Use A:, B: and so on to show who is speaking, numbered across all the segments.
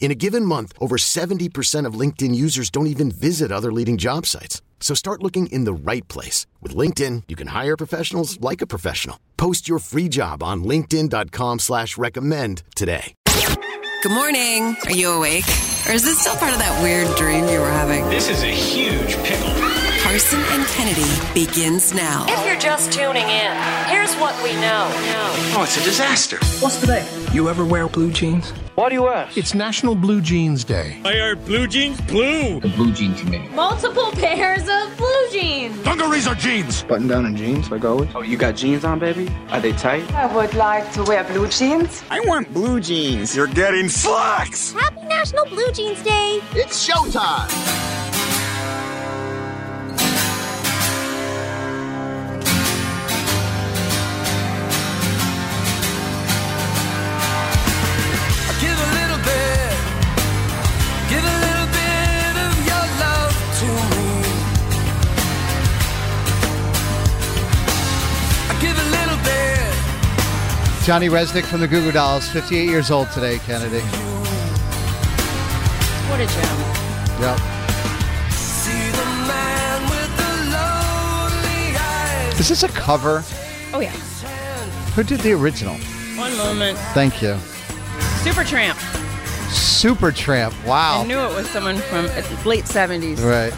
A: In a given month, over 70% of LinkedIn users don't even visit other leading job sites. So start looking in the right place. With LinkedIn, you can hire professionals like a professional. Post your free job on linkedin.com/recommend slash recommend today.
B: Good morning. Are you awake? Or is this still part of that weird dream you were having?
C: This is a huge pickle.
B: Carson and Kennedy begins now.
D: If you're just tuning in, here's what we know.
C: Oh, it's a disaster.
E: What's today? You ever wear blue jeans?
F: Why do you ask?
G: It's National Blue Jeans Day.
H: Why are blue jeans blue?
I: The Blue Jean Committee.
J: Multiple pairs of blue jeans.
K: Dungarees are jeans.
L: Button down and jeans, like always.
M: Oh, you got jeans on, baby? Are they tight?
N: I would like to wear blue jeans.
O: I want blue jeans.
P: You're getting slacks.
Q: Happy National Blue Jeans Day.
R: It's showtime.
S: Johnny Resnick from the Goo Goo Dolls, 58 years old today, Kennedy.
D: What a gem.
S: Yep. Is this a cover?
D: Oh, yeah.
S: Who did the original?
T: One moment.
S: Thank you.
T: Super Tramp.
S: Super Tramp. Wow.
T: I knew it was someone from it's late 70s.
S: Right.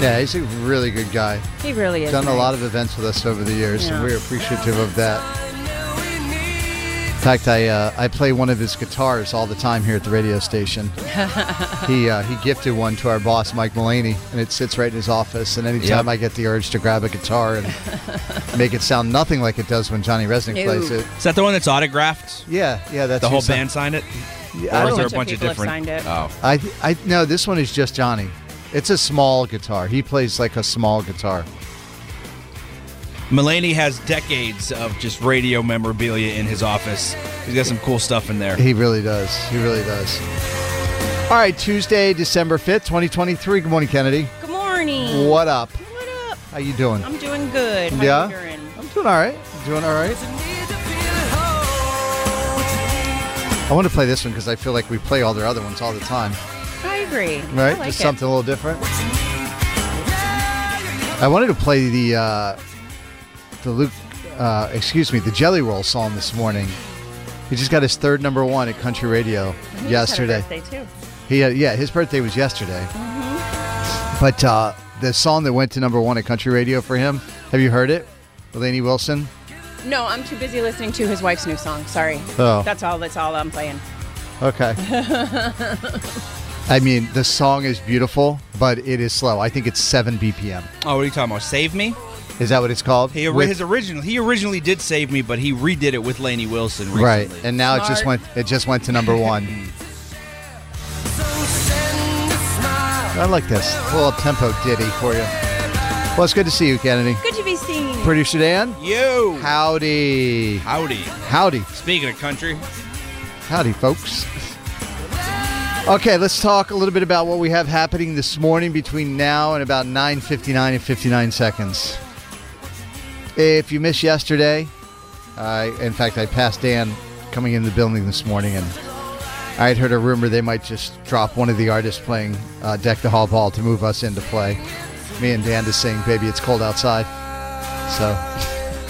S: Yeah, he's a really good guy.
T: He really is.
S: Done a
T: nice.
S: lot of events with us over the years,
T: Yeah.
S: and we're appreciative of that. In fact, I uh, I play one of his guitars all the time here at the radio station. he uh, he gifted one to our boss Mike Mullaney, and it sits right in his office. And anytime
U: Yep.
S: I get the urge to grab a guitar and make it sound nothing like it does when Johnny Resnick
T: No.
S: plays it,
U: Is that the one that's autographed?
S: yeah, yeah, that's
U: the whole
S: who sung-
U: band signed it.
S: Yeah, I
U: or is
S: don't- A
U: there a
S: bunch
U: bunch
T: of
U: of
T: people have
U: different?
T: signed it.
U: Oh,
S: I I no, this one is just Johnny. It's a small guitar. He plays like a small guitar.
U: Mulaney has decades of just radio memorabilia in his office. He's got some cool stuff in there.
S: He really does. He really does. All right, Tuesday, December 5th, 2023. Good morning, Kennedy.
T: Good morning.
S: What up?
T: What up?
S: How you doing?
T: I'm doing good. How
S: Yeah?
T: you doing?
S: I'm doing all right. Doing all right. I want to play this one because I feel like we play all their other ones all the time,
T: I agree.
S: right?
T: I like
S: Just
T: it.
S: something a little different. I wanted to play the uh, the Luke, uh, excuse me, the Jelly Roll song this morning. He just got his third number one at country radio
T: He just had a
S: yesterday.
T: birthday, too.
S: He uh, yeah, his birthday was yesterday.
U: Mm-hmm.
S: But uh, the song that went to number one at country radio for him, have you heard it? Laney Wilson.
T: No, I'm too busy listening to his wife's new song. Sorry.
S: Oh.
T: That's all. That's all I'm playing.
S: Okay. I mean, the song is beautiful, but it is slow. I think it's seven BPM.
U: Oh, what are you talking about? Save me?
S: Is that what it's called?
U: He
S: With-
U: his original. He originally did save me, but he redid it with Laney Wilson recently.
S: right, and now it just
T: Smart.
S: went. It just went to number one. I like this little tempo ditty for you. Well, it's good to see you, Kennedy.
T: Good to be seen.
S: Producer Dan,
U: Yo,
S: howdy,
U: howdy.
S: howdy.
U: Speaking of country,
S: Howdy, folks. Okay, let's talk a little bit about what we have happening this morning between now and about 9:59 and 59 seconds. If you missed yesterday, I in fact I passed Dan coming in the building this morning, and I had heard a rumor they might just drop one of the artists playing uh, "Deck the Hall Ball" to move us into play. Me and Dan to sing "Baby It's Cold Outside," so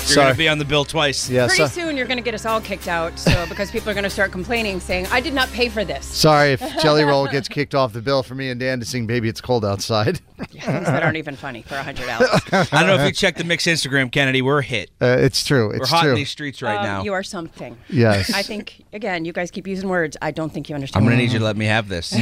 U: You're going to be on the bill twice.
S: Yeah,
T: Pretty
S: so-
T: soon you're going to get us all kicked out. So because people are going to start complaining, saying I did not pay for this.
S: Sorry if Jelly Roll gets kicked off the bill for me and Dan to sing "Baby It's Cold Outside."
T: Things that aren't even funny for a hundred dollars.
U: I don't know if you checked the mix Instagram, Kennedy. We're hit.
S: Uh, it's true.
U: We're
S: It's
U: hot
S: true.
U: in these streets right
T: Um,
U: now.
T: You are something.
S: Yes.
T: I think again, you guys keep using words. I don't think you
U: I'm
T: understand.
U: going to need you to let me have this.
S: So-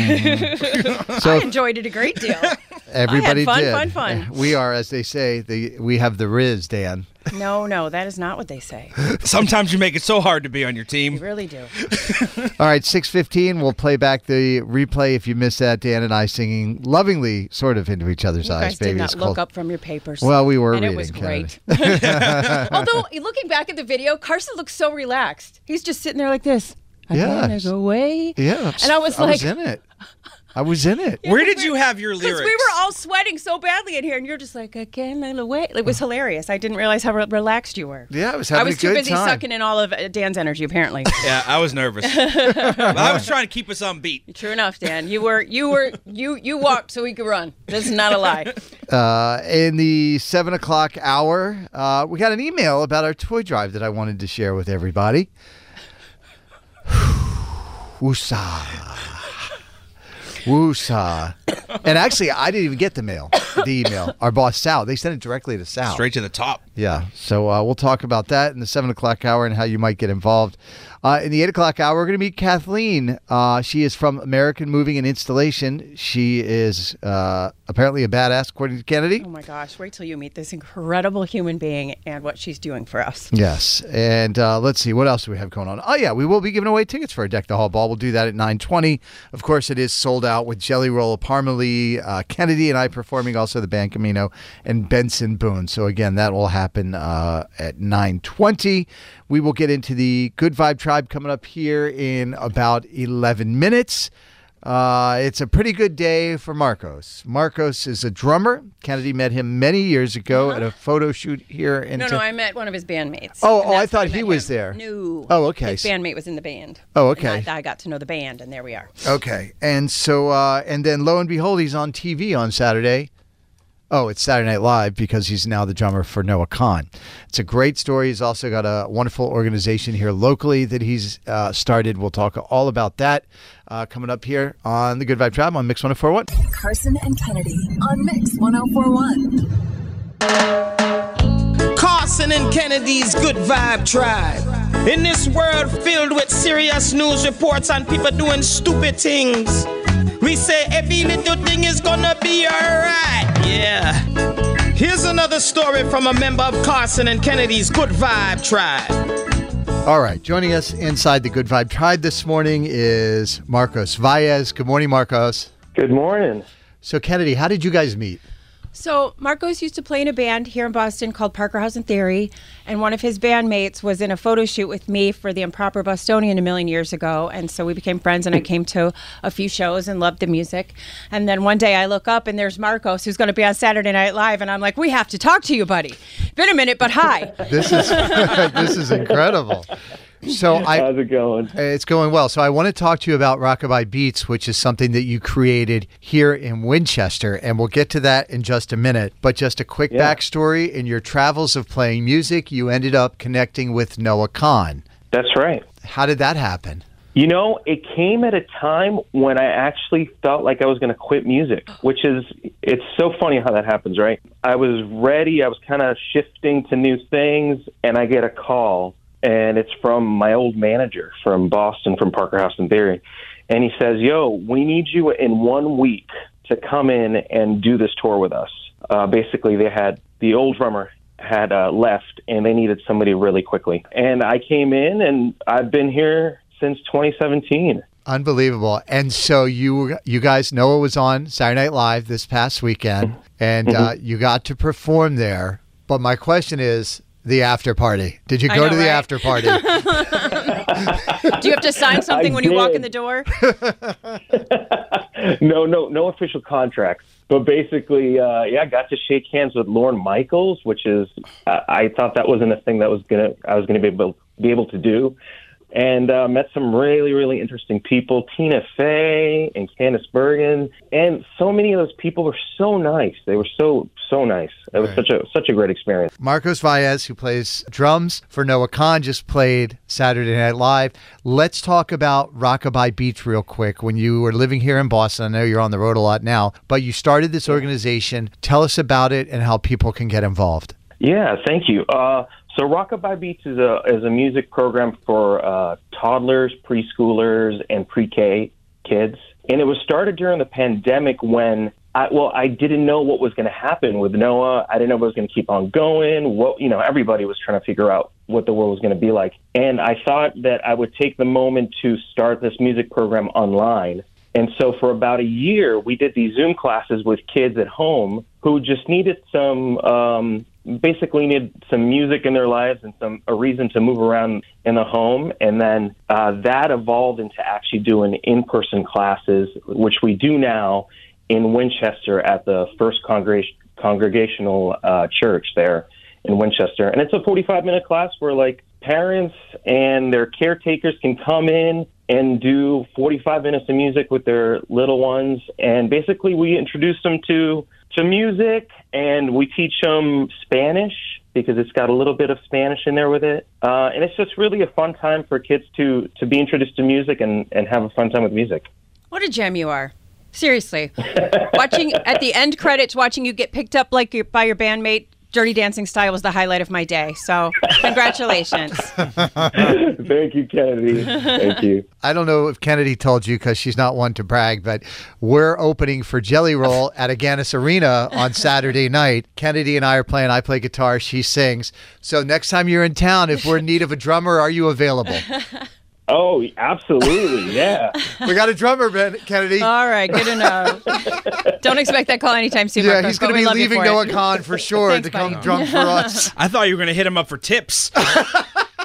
T: I enjoyed it a great deal.
S: Everybody
T: I
S: did.
T: had fun, fun, fun.
S: We are, as they say, the we have the Riz, Dan.
T: no, no, that is not what they say.
U: Sometimes you make it so hard to be on your team.
T: You really do.
S: All right, six fifteen. We'll play back the replay if you missed that. Dan and I singing lovingly, sort of into each other's
T: You
S: eyes.
T: guys
S: Baby,
T: did not
S: it's
T: look
S: cold.
T: up from your papers.
S: Well, we were
T: and
S: reading.
T: it was great.
S: Kennedy.
T: Although looking back at the video, Carson looks so relaxed. He's just sitting there like this.
S: Yeah.
T: Again, there's a way.
S: yeah,
T: And I was like,
S: I was in it. I was in it.
U: Where did you have your
T: Because
U: lyrics?
T: we were all sweating so badly in here, and you're just like, again, I'm away. It was hilarious. I didn't realize how re- relaxed you were.
S: Yeah, I was
T: I
S: having
T: was
S: a
T: too
S: good
T: busy
S: time.
T: sucking in all of uh, Dan's energy, apparently.
U: yeah, I was nervous. I was trying to keep us on beat.
T: True enough, Dan. You were, you were, you you walked so we could run. This is not a lie.
S: Uh, in the seven o'clock hour, uh, we got an email about our toy drive that I wanted to share with everybody. Woosa. Woosa. And actually, I didn't even get the mail, the email. Our boss, Sal, they sent it directly to Sal.
U: Straight to the top.
S: Yeah. So uh, we'll talk about that in the seven o'clock hour and how you might get involved. Uh, in the eight o'clock hour, we're going to meet Kathleen. Uh, she is from American Moving and Installation. She is uh, apparently a badass, according to Kennedy.
T: Oh my gosh! Wait till you meet this incredible human being and what she's doing for us.
S: Yes. And uh, let's see, what else do we have going on? Oh, yeah, we will be giving away tickets for a Deck the Hall ball. We'll do that at 920. Of course, it is sold out with Jelly Roll, Parmalee, uh, Kennedy and I performing, also the band Camino, and Benson Boone. So, again, that will happen uh, at 920. We will get into the Good Vibe Tribe coming up here in about 11 minutes. Uh, it's a pretty good day for Marcos. Marcos is a drummer. Kennedy met him many years ago at a photo shoot here in
T: No,
S: Tem-
T: no, I met one of his bandmates.
S: Oh,
T: and
S: oh, I
T: that's
S: thought
T: when
S: he met was
T: him.
S: there.
T: No.
S: Oh, okay.
T: His bandmate was in the band.
S: Oh,
T: And I-
S: okay.
T: I, got to know the band, and there we are.
S: Okay, and so uh, and then lo and behold, he's on TV on Saturday. Oh, it's Saturday Night Live because he's now the drummer for Noah Kahn. It's a great story. He's also got a wonderful organization here locally that he's uh, started. We'll talk all about that uh, coming up here on the Good Vibe Tribe on Mix 1041.
F: Carson and Kennedy on Mix 1041.
I: Carson and Kennedy's Good Vibe Tribe. In this world filled with serious news reports and people doing stupid things, we say every little thing is gonna be alright. Yeah. Here's another story from a member of Carson and Kennedy's Good Vibe Tribe.
S: All right, joining us inside the Good Vibe Tribe this morning is Marcos Valles. Good morning, Marcos.
K: Good morning.
S: So, Kennedy, how did you guys meet?
T: So Marcos used to play in a band here in Boston called Parker House and Theory, and one of his bandmates was in a photo shoot with me for the Improper Bostonian a million years ago, and so we became friends. And I came to a few shows and loved the music. And then one day I look up and there's Marcos who's going to be on Saturday Night Live, and I'm like, "We have to talk to you, buddy. Been a minute, but hi."
S: This is this is incredible. So I, how's
K: it going?
S: It's going well. So I want to talk to you about Rockabye Beats, which is something that you created here in Winchester, and we'll get to that in just a minute. But just a quick
K: Yeah.
S: backstory: in your travels of playing music, you ended up connecting with Noah Kahn.
K: That's right.
S: How did that happen?
K: You know, it came at a time when I actually felt like I was going to quit music, which is, it's so funny how that happens, right? I was ready, I was kind of shifting to new things, and I get a call, and it's from my old manager from Boston, from Parker House and Theory. And he says, Yo, we need you in one week to come in and do this tour with us. Uh, basically, they had the old drummer had uh, left, and they needed somebody really quickly. And I came in, and I've been here since 2017.
S: Unbelievable. And so you were- you guys Noah was on Saturday Night Live this past weekend and uh, you got to perform there. But my question is the after party. Did you
T: I
S: go
T: know,
S: to the
T: right?
S: after party?
T: Do you have to sign something
K: I
T: when you walk
K: did.
T: in the door?
K: No, no, no official contracts. But basically, uh, yeah, I got to shake hands with Lorne Michaels, which is I I thought that wasn't a thing that was gonna I was gonna be able be able to do. and uh, met some really, really interesting people. Tina Fey and Candice Bergen, and so many of those people were so nice. They were so so nice. It was such a such a great experience.
S: Marcos Vaez, who plays drums for Noah Khan, just played Saturday Night Live. Let's talk about Rockabye Beach real quick. When you were living here in Boston, I know you're on the road a lot now, but you started this organization. Tell us about it and how people can get involved.
K: Yeah, thank you. Uh, so Rockabye Beach is a is a music program for uh, toddlers, preschoolers, and pre-K kids, and it was started during the pandemic when. I, well, I didn't know what was going to happen with Noah. I didn't know if it was going to keep on going. What you know, everybody was trying to figure out what the world was going to be like. And I thought that I would take the moment to start this music program online. And so for about a year, we did these Zoom classes with kids at home who just needed some um, basically need some music in their lives and some a reason to move around in the home and then uh, that evolved into actually doing in-person classes which we do now in winchester at the first Congreg- congregational uh, church there in winchester and it's a 45 minute class where like parents and their caretakers can come in and do 45 minutes of music with their little ones and basically we introduce them to to music and we teach them Spanish because it's got a little bit of Spanish in there with it. Uh, and it's just really a fun time for kids to, to be introduced to music and, and have a fun time with music.
T: What a gem you are. Seriously. watching at the end credits, watching you get picked up like your, by your bandmate, Dirty Dancing Style was the highlight of my day. So, congratulations.
K: Thank you, Kennedy. Thank you.
S: I don't know if Kennedy told you because she's not one to brag, but we're opening for Jelly Roll at Aganis Arena on Saturday night. Kennedy and I are playing. I play guitar, she sings. So, next time you're in town, if we're in need of a drummer, are you available?
K: Oh, absolutely. Yeah.
S: we got a drummer, Ben Kennedy.
T: All right, good enough. Don't expect that call anytime soon.
S: Yeah,
T: Marcos,
S: he's going
T: but
S: to
T: we
S: be
T: love you
S: leaving
T: for
S: Noah
T: it.
S: Khan for sure
T: Thanks,
S: to come
T: buddy.
S: drum for us.
U: I thought you were going to hit him up for tips.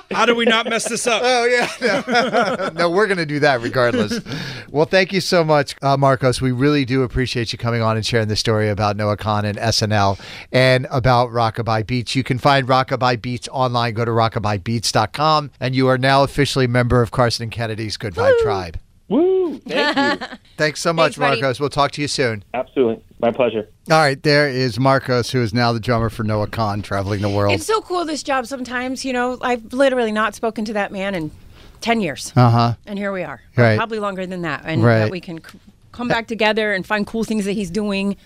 U: How do we not mess this up?
S: Oh yeah, no, No, we're going to do that regardless. well, thank you so much, uh, Marcos. We really do appreciate you coming on and sharing the story about Noah Khan and SNL and about Rockabye Beats. You can find Rockabye Beats online. Go to rockabyebeats.com, and you are now officially a member of Carson and Kennedy's Good Vibe Tribe.
K: Woo. Thank you.
S: Thanks so much,
T: Thanks, buddy.
S: Marcos. We'll talk to you soon.
K: absolutely. My pleasure.
S: All right, there is Marcos, who is now the drummer for Noah Khan, traveling the world.
T: It's so cool this job sometimes, you know. I've literally not spoken to that man in 10 years.
S: Uh huh.
T: And here we are.
S: Right.
T: Probably longer than that and
S: Right.
T: that we can c- come back together and find cool things that he's doing.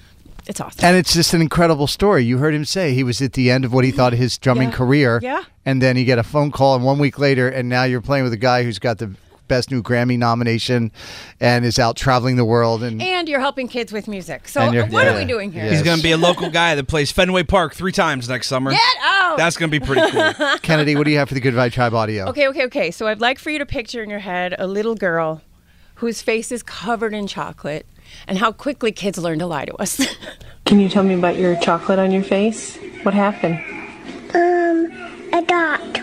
T: It's awesome.
S: And it's just an incredible story. You heard him say he was at the end of what he thought his drumming
T: Yeah.
S: career.
T: Yeah.
S: And then you get a phone call, and one week later, and now you're playing with a guy who's got the best new Grammy nomination and is out traveling the world. And,
T: And you're helping kids with music. So
S: And you're-
T: what
S: yeah.
T: are we doing here?
S: Yes.
U: He's going to be a local guy that plays Fenway Park three times next summer.
T: Get out!
U: That's going to be pretty cool.
S: Kennedy, what do you have for the Good Vibe Tribe audio?
T: Okay, okay, okay. So I'd like for you to picture in your head a little girl whose face is covered in chocolate and how quickly kids learn to lie to us.
L: Can you tell me about your chocolate on your face? What happened?
O: Um, a dot.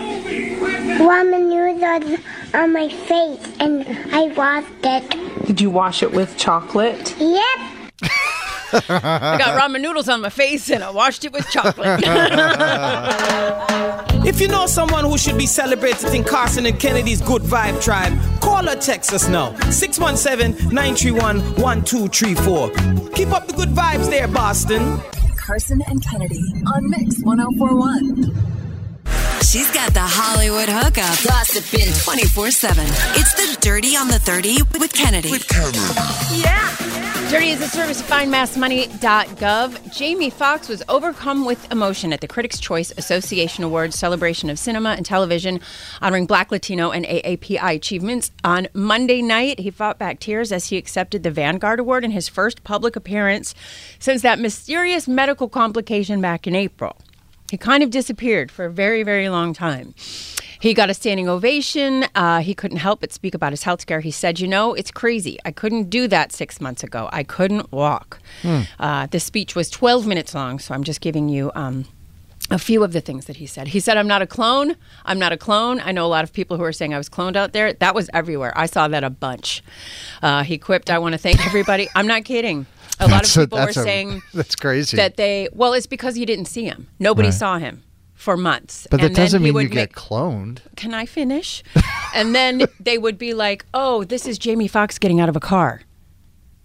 O: One minute on, on my face and I washed it.
L: Did you wash it with chocolate?
O: Yep.
T: I got ramen noodles on my face and I washed it with chocolate.
I: If you know someone who should be celebrated in Carson and Kennedy's Good Vibe Tribe, call or text us now. 617 931 1234. Keep up the good vibes there, Boston.
F: Carson and Kennedy on Mix 1041.
B: She's got the Hollywood hookup. Gossiping 24 7. It's the Dirty on the 30 with Kennedy. With Kennedy.
T: Yeah. Dirty is a service of findmassmoney.gov. Jamie Foxx was overcome with emotion at the Critics' Choice Association Awards celebration of cinema and television, honoring Black, Latino, and AAPI achievements. On Monday night, he fought back tears as he accepted the Vanguard Award in his first public appearance since that mysterious medical complication back in April. He kind of disappeared for a very, very long time. He got a standing ovation. Uh, he couldn't help but speak about his health scare. He said, You know, it's crazy. I couldn't do that six months ago. I couldn't walk.
P: Hmm.
T: Uh, this speech was 12 minutes long, so I'm just giving you. Um, a few of the things that he said. He said, I'm not a clone. I'm not a clone. I know a lot of people who are saying I was cloned out there. That was everywhere. I saw that a bunch. Uh, he quipped, I want to thank everybody. I'm not kidding. A lot of people were saying
S: that's crazy.
T: that they, well, it's because you didn't see him. Nobody
S: Right.
T: saw him for months.
S: But that
T: And then
S: doesn't
T: he
S: mean you
T: would
S: get
T: make-
S: cloned.
T: Can I finish? and then they would be like, "Oh, this is Jamie Foxx getting out of a car."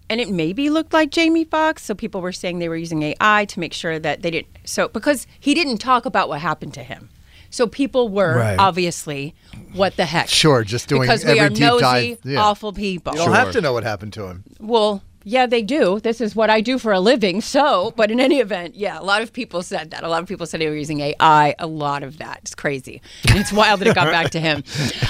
T: And it maybe looked like Jamie Foxx, so people were saying they were using AI to make sure that they didn't so because he didn't talk about what happened to him. So people were
S: Right.
T: obviously what the heck.
S: Sure, just doing
T: because
S: every
T: we are
S: deep
T: nosy,
S: dive. yeah.
T: awful people.
S: You don't have to know what happened to him.
T: Well, yeah, they do. This is what I do for a living. So, but in any event, yeah, a lot of people said that. A lot of people said they were using AI. A lot of that. It's crazy. And it's wild that it got back to him.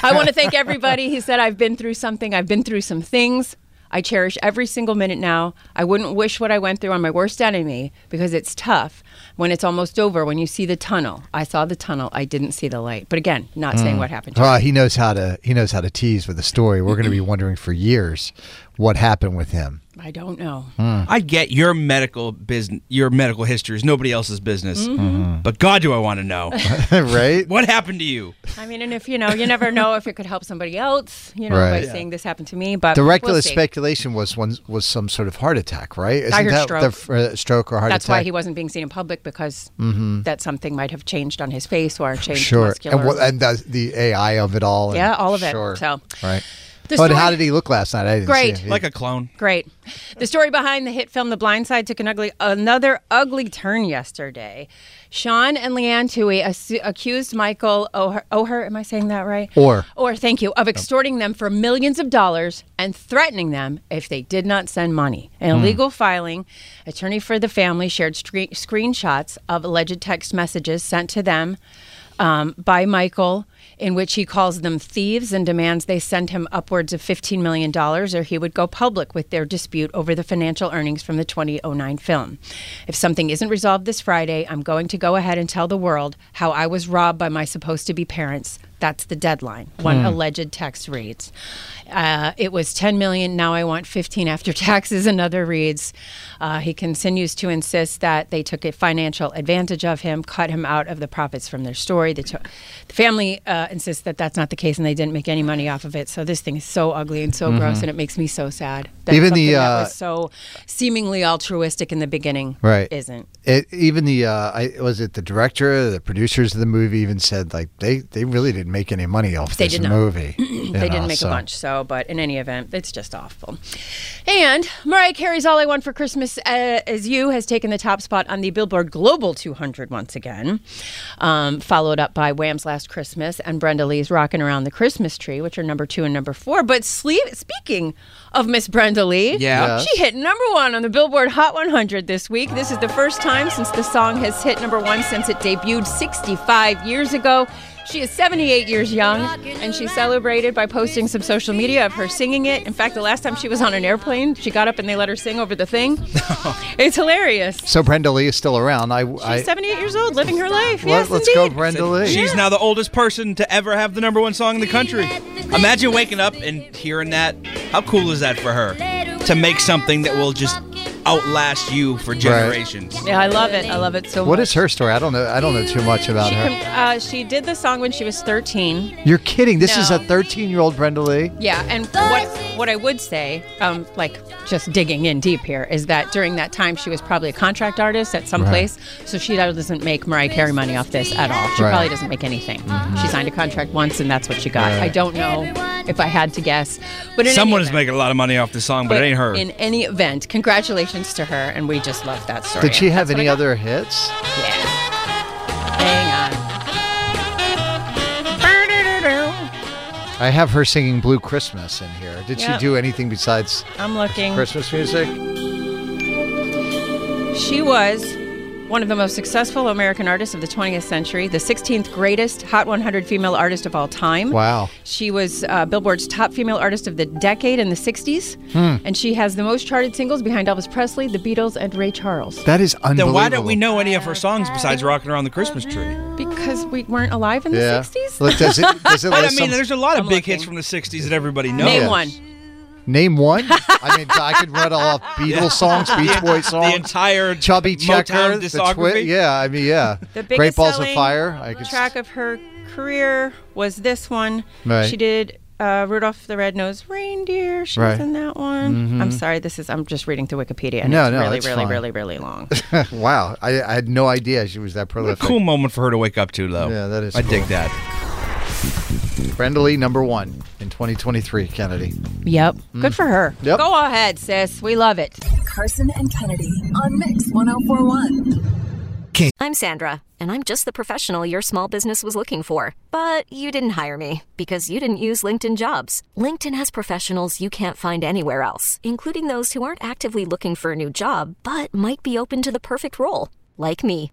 T: I want to thank everybody. He said, I've been through something, I've been through some things. I cherish every single minute now. I wouldn't wish what I went through on my worst enemy because it's tough when it's almost over, when you see the tunnel. I saw the tunnel, I didn't see the light. But again, not saying
S: Mm.
T: what happened to
S: Ah, he knows how to he knows how to tease with a story. We're going to be wondering for years what happened with him. Hmm.
T: I don't know.
U: I get your medical business, your medical history is nobody else's business,
T: Mm-hmm.
U: but God, do I want to know,
S: Mm-hmm. right?
U: What happened to you?
T: I mean, and if you know, you never know if it could help somebody else, you know, by
S: Right.
T: saying this happened to me. But
S: the
T: we'll
S: reckless
T: see.
S: speculation was one was some sort of heart attack, right?
T: I heard
S: that
T: stroke.
S: the f- uh, stroke or heart
T: That's
S: attack?
T: why he wasn't being seen in public because
S: Mhm.
T: that something might have changed on his face or changed
S: sure,
T: muscular.
S: and what and the, the AI of it all. and-
T: Yeah, all of it.
S: Sure.
T: So-
S: right.
T: The
S: but how
T: story-
S: did he look last night? I didn't
T: Great.
S: see him.
T: Like
U: a clone.
T: Great. The story behind the hit film The Blind Side took an ugly, another ugly turn yesterday. Sean and Leanne Tui assu- accused Michael Oher, Oher, am I saying that right?
S: Or.
T: Or, thank you, of extorting them for millions of dollars and threatening them if they did not send money. An
P: Hmm.
T: illegal filing, attorney for the family shared scre- screenshots of alleged text messages sent to them um, by Michael, in which he calls them thieves and demands they send him upwards of $15 million or he would go public with their dispute over the financial earnings from the 2009 film. If something isn't resolved this Friday, I'm going to go ahead and tell the world how I was robbed by my supposed to be parents. That's the deadline. One
P: Hmm.
T: alleged text reads. Uh, it was 10 million. Now I want 15 after taxes. Another reads. Uh, he continues to insist that they took a financial advantage of him, cut him out of the profits from their story. The, to- the family uh, insists that that's not the case and they didn't make any money off of it. So this thing is so ugly and so gross
S: Mhm.
T: and it makes me so sad. That
S: Even the,
T: something
S: uh,
T: that was so seemingly altruistic in the beginning
S: Right.
T: isn't.
S: It, even the uh, I, was it the director, the producers of the movie even said like they, they really didn't make any money off
T: They
S: this
T: did not.
S: movie.
T: they
S: you know,
T: didn't make
S: so.
T: a bunch, so but in any event, it's just awful. And Mariah Carey's "All I Want for Christmas uh, Is You" has taken the top spot on the Billboard Global 200 once again, um, followed up by Wham's "Last Christmas" and Brenda Lee's "Rockin' Around the Christmas Tree," which are number two and number four. But sleep, speaking of Miss Brenda Lee,
U: Yeah.
T: she hit number one on the Billboard Hot 100 this week. This is the first time since the song has hit number one since it debuted 65 years ago. She is 78 years young, and she celebrated by posting some social media of her singing it. In fact, the last time she was on an airplane, she got up and they let her sing over the thing. it's hilarious.
S: So Brenda Lee is still around. I, I
T: She's 78 years old, living her life. yes,
S: let's
T: indeed.
S: go, Brenda Lee.
U: She's now the oldest person to ever have the number one song in the country. Imagine waking up and hearing that. How cool is that for her? To make something that will just outlast you for generations.
T: Yeah, I love it. I love it so
S: What
T: much.
S: is her story? I don't know. I don't know too much about
T: she,
S: her.
T: com- uh, she did the song when she was 13.
S: You're kidding. This is
T: No.
S: a 13 year old Brenda Lee.
T: Yeah, and what what I would say, um, like just digging in deep here, is that during that time she was probably a contract artist at some
P: Right.
T: place, so she doesn't make Mariah Carey money off this at all. She
P: Right.
T: probably doesn't make anything. She signed a contract once, and that's what she got.
U: Mm-hmm. Right.
T: I don't know if I had to guess, but in
U: Someone
T: any
U: is making a lot of money off this song, but, it ain't her.
T: In any event, congratulations to her, and we just love that story.
S: Did she have
T: That's what
S: any
T: I got.
S: other hits?
T: Hang on.
S: I have her singing Blue Christmas in here. Did
T: Yeah.
S: she do anything besides
T: I'm looking.
S: Christmas music?
T: She was one of the most successful American artists of the 20th century, the 16th greatest Hot 100 female artist of all time.
S: Wow.
T: She was uh, Billboard's top female artist of the decade in the 60s,
S: Hmm.
T: and she has the most charted singles behind Elvis Presley, the Beatles, and Ray Charles.
S: That is
U: Then
S: unbelievable.
U: why don't we know any of her songs besides "Rocking Around the Christmas Tree"?
T: Because we weren't alive in
S: Yeah.
T: the 60s?
S: Look, does it- does it
U: But I
S: list
U: mean,
S: some-
U: there's a lot of big hits from the '60s that everybody knows.
T: Name one.
S: Name one. I mean, I could run off Beatles songs, Beach Boy songs,
U: the entire
S: Chubby
U: Motown
S: Checker, the
U: discography?
S: Twit. Yeah, I mean, yeah.
T: The biggest
S: Great Balls of
T: selling
S: Fire. I could.
T: track of her career was this one.
S: Right.
T: She did uh, Rudolph the Red-Nosed Reindeer. She was
S: Right.
T: in that one.
S: Mhm.
T: I'm sorry, this is I'm just reading through Wikipedia. And
S: No,
T: it's
S: no,
T: really,
S: that's
T: really,
S: fine.
T: really, really long.
S: wow, I, I had no idea she was that
U: What a
S: prolific.
U: cool moment for her to wake up to, though.
S: Yeah, that is
U: I dig
S: cool.
U: that.
S: Brenda Lee, number one in 2023, Kennedy.
T: Yep.
S: Mm.
T: Good for her.
S: Yep.
T: Go ahead, sis. We love it.
F: Carson and Kennedy on Mix 1041.
P: I'm Sandra, and I'm just the professional your small business was looking for. But you didn't hire me because you didn't use LinkedIn jobs. LinkedIn has professionals you can't find anywhere else, including those who aren't actively looking for a new job but might be open to the perfect role, like me.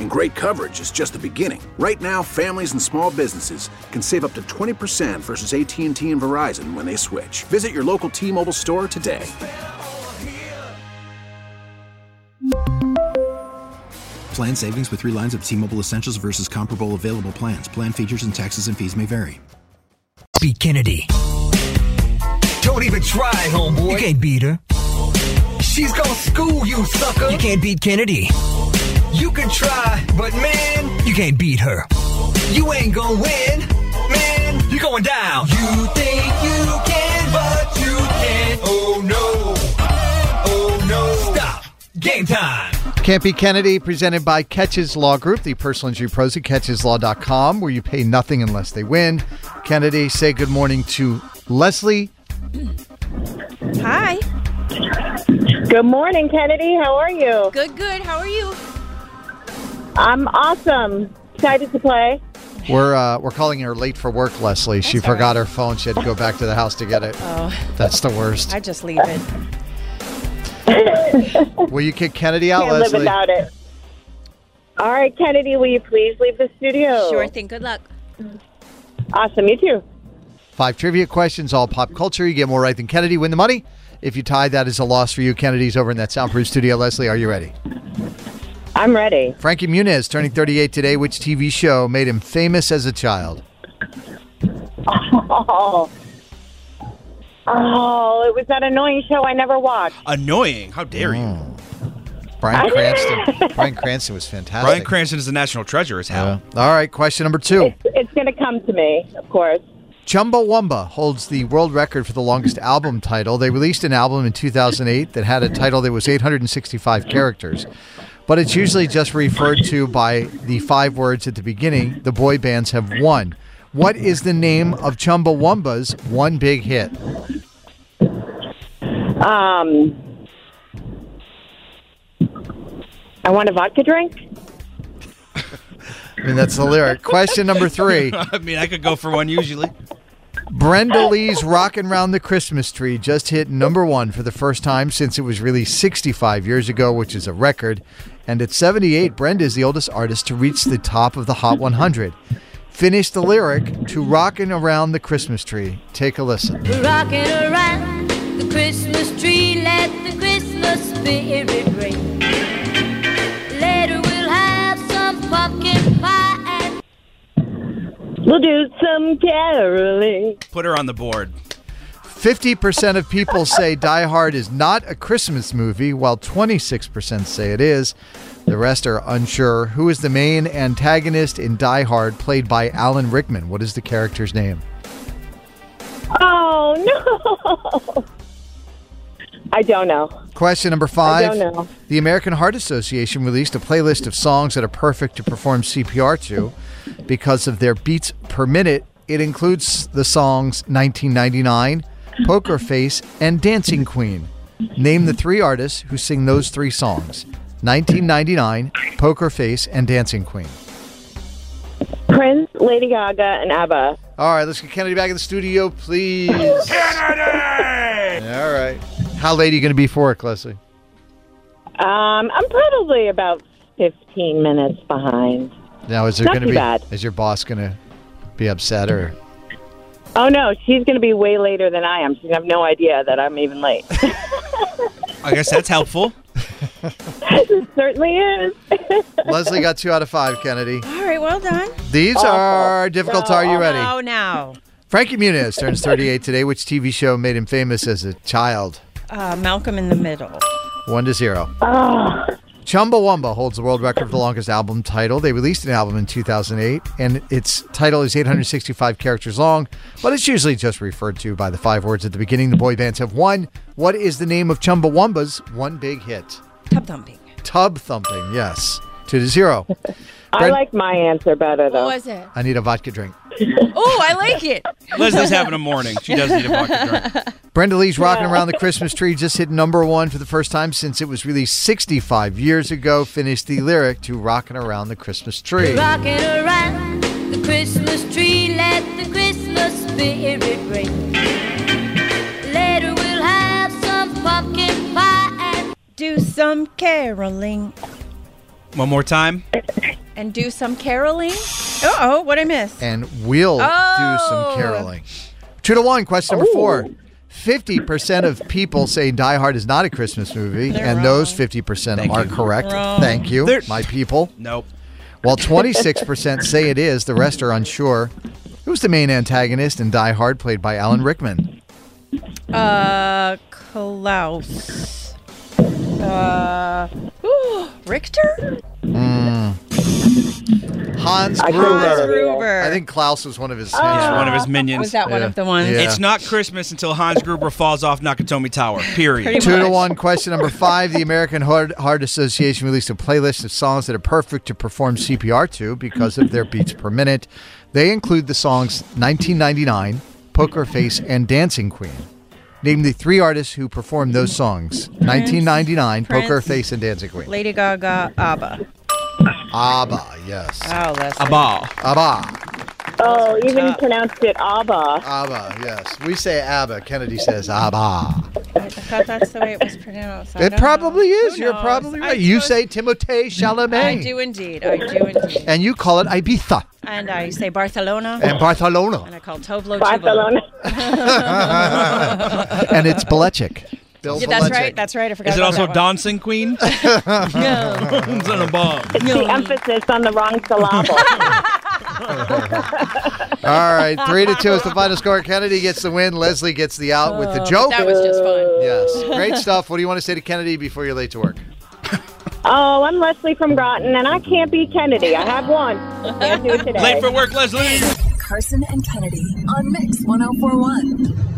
R: And great coverage is just the beginning. Right now, families and small businesses can save up to 20% versus AT&T and Verizon when they switch. Visit your local T-Mobile store today.
V: Plan savings with three lines of T Mobile Essentials versus comparable available plans. Plan features and taxes and fees may vary.
W: Beat Kennedy. Don't even try, homeboy. You can't beat her. She's gonna school you, sucker. You can't beat Kennedy. You can try, but man, you can't beat her. You ain't gonna win, man. You're going down. You think you can, but you can't. Oh no. Oh no. Stop. Game time.
S: Can't Be Kennedy, presented by Catches Law Group, the personal injury pros at catcheslaw.com, where you pay nothing unless they win. Kennedy, say good morning to Leslie.
T: Hi.
X: Good morning, Kennedy. How are you?
T: Good, good. How are you?
X: I'm awesome. Excited to play.
S: We're uh, we're calling her late for work, Leslie. she forgot her phone. She had to go back to the house to get it.
T: Oh.
S: That's the worst.
T: I just leave it.
S: Will you kick Kennedy out,
X: Can't
S: Leslie?
X: live without it. All right, Kennedy, will you please leave the studio?
T: Sure thing. Good luck.
X: Awesome. You too.
S: Five trivia questions, all pop culture. You get more right than Kennedy, win the money. If you tie, that is a loss for you. Kennedy's over in that soundproof studio. Leslie, are you ready?
X: I'm ready.
S: Frankie Muniz turning 38 today. Which TV show made him famous as a child?
X: Oh. Oh, it was that annoying show I never watched.
U: Annoying. How dare you?
S: Brian Mm. Cranston. Brian Cranston was fantastic.
U: Brian Cranston is the national treasure, is how.
S: All right, question number two.
X: It's going to come to me, of course.
S: Chumbawamba holds the world record for the longest album title. They released an album in 2008 that had a title that was 865 characters, but it's usually just referred to by the five words at the beginning the boy bands have won. What is the name of Chumbawamba's one big hit?
X: Um, I want a vodka drink.
S: I mean, that's the lyric. Question number three.
U: I mean, I could go for one usually.
S: Brenda Lee's Rockin' Round the Christmas Tree just hit number one for the first time since it was released 65 years ago, which is a record. And at 78, Brenda is the oldest artist to reach the top of the Hot 100. Finish the lyric to Rockin' Around the Christmas Tree. Take a listen.
Y: We're rocking around the Christmas tree. Let the Christmas spirit ring. Later we'll have some pumpkin pie and
X: We'll do some caroling.
U: Put her on the board.
S: 50% of people say Die Hard is not a Christmas movie, while 26% say it is. The rest are unsure. Who is the main antagonist in Die Hard, played by Alan Rickman? What is the character's name?
X: Oh no! I don't know.
S: Question number
X: I
S: five.
X: don't know.
S: The American Heart Association released a playlist of songs that are perfect to perform CPR to because of their beats per minute. It includes the songs 1999, Poker Face, and Dancing Queen. Name the three artists who sing those three songs 1999, Poker Face, and Dancing Queen.
X: Prince, Lady Gaga, and ABBA.
S: All right, let's get Kennedy back in the studio, please. Kennedy! All right. How late are you going to be for it, Leslie?
X: Um, I'm probably about 15 minutes behind.
S: Now, is there
X: Not
S: going to
X: too
S: be
X: bad.
S: is your boss going to be upset or?
X: Oh no, she's going to be way later than I am. She's going to have no idea that I'm even late.
U: I guess that's helpful.
X: it certainly is.
S: Leslie got two out of five. Kennedy.
T: All right, well done.
S: These are difficult. are you ready?
T: Oh, now.
S: Frankie Muniz turns 38 today. Which TV show made him famous as a child?
T: Uh, Malcolm in the Middle.
S: One to zero. Chumbawamba holds the world record for the longest album title. They released an album in 2008, and its title is 865 characters long, but it's usually just referred to by the five words at the beginning. The boy bands have won. What is the name of Chumbawamba's one big hit?
T: Tub thumping.
S: Tub thumping, yes. Two to zero.
X: I
S: Brent-
X: like my answer better though.
T: What was it?
S: I need a vodka drink.
T: Oh, I like it.
U: Leslie's having a morning. She does need a vodka drink.
S: Brenda Lee's Rocking Around the Christmas Tree just hit number one for the first time since it was released 65 years ago. Finished the lyric to Rocking Around the Christmas Tree.
Y: Rocking around the Christmas tree, let the Christmas spirit ring. Later we'll have some pumpkin pie and
T: Do some caroling.
U: One more time.
T: And do some caroling? Uh oh, what I miss?
S: And we'll do some
T: Oh.
S: caroling. Two to one, question number four. 50% of people say Die Hard is not a Christmas movie, and those 50% are correct.
U: Wrong.
S: Thank you,
U: They're-
S: my people.
U: Nope.
S: While 26% say it is, the rest are unsure. Who's the main antagonist in Die Hard, played by Alan Rickman?
T: Uh, Klaus. Uh, ooh, Richter?
S: Mm. Hans
T: I couldn't
S: Gruber.
T: Hans Gruber. Ah,
S: I think Klaus was one of his.
U: He's
S: henchmen.
U: one of his minions.
T: Was that one
S: Yeah.
T: of the ones?
S: Yeah.
U: It's not Christmas until Hans Gruber falls off Nakatomi Tower. Period.
S: Two to one. Question number five. The American Heart, Heart Association released a playlist of songs that are perfect to perform CPR to because of their beats per minute. They include the songs 1999, Poker Face, and Dancing Queen. Name the three artists who performed those songs 1999, Poker
T: Prince.
S: Face, and Dancing Queen.
T: Lady Gaga, ABBA.
S: ABBA, yes. Ah,
T: Oh,
U: Ah,
T: that's
S: ABBA.
X: Oh, even pronounced it
U: Uh,
X: ABBA.
S: ABBA, yes. We say ABBA. Kennedy says ABBA.
T: I thought that's the way it was pronounced. I
S: It
T: don't
S: probably
T: know.
S: is.
T: Who
S: You're
T: knows?
S: probably
T: I
S: right. You
T: do-
S: say Timothée Chalamet.
T: I do indeed. I do indeed.
S: And you call it Ibiza
T: And I say Barcelona.
S: and Barcelona.
T: And I call Tovlo
X: Barcelona.
S: and it's Belichick. Bill
T: Yeah, that's
S: Belichick.
T: right. That's right. I forgot.
U: Is it
T: about
U: also
T: that one.
U: dancing queen? It's on a ball.
X: It's the emphasis on the wrong syllable.
S: All right. Three to two is the final score. Kennedy gets the win. Leslie gets the out with the joke.
T: Uh, That was just fun.
S: yes. Great stuff. What do you want to say to Kennedy before you're late to work?
X: oh, I'm Leslie from Groton, and I can't be Kennedy. I have one. Can't do it today.
U: Late for work, Leslie.
F: Carson and Kennedy on Mix 1041.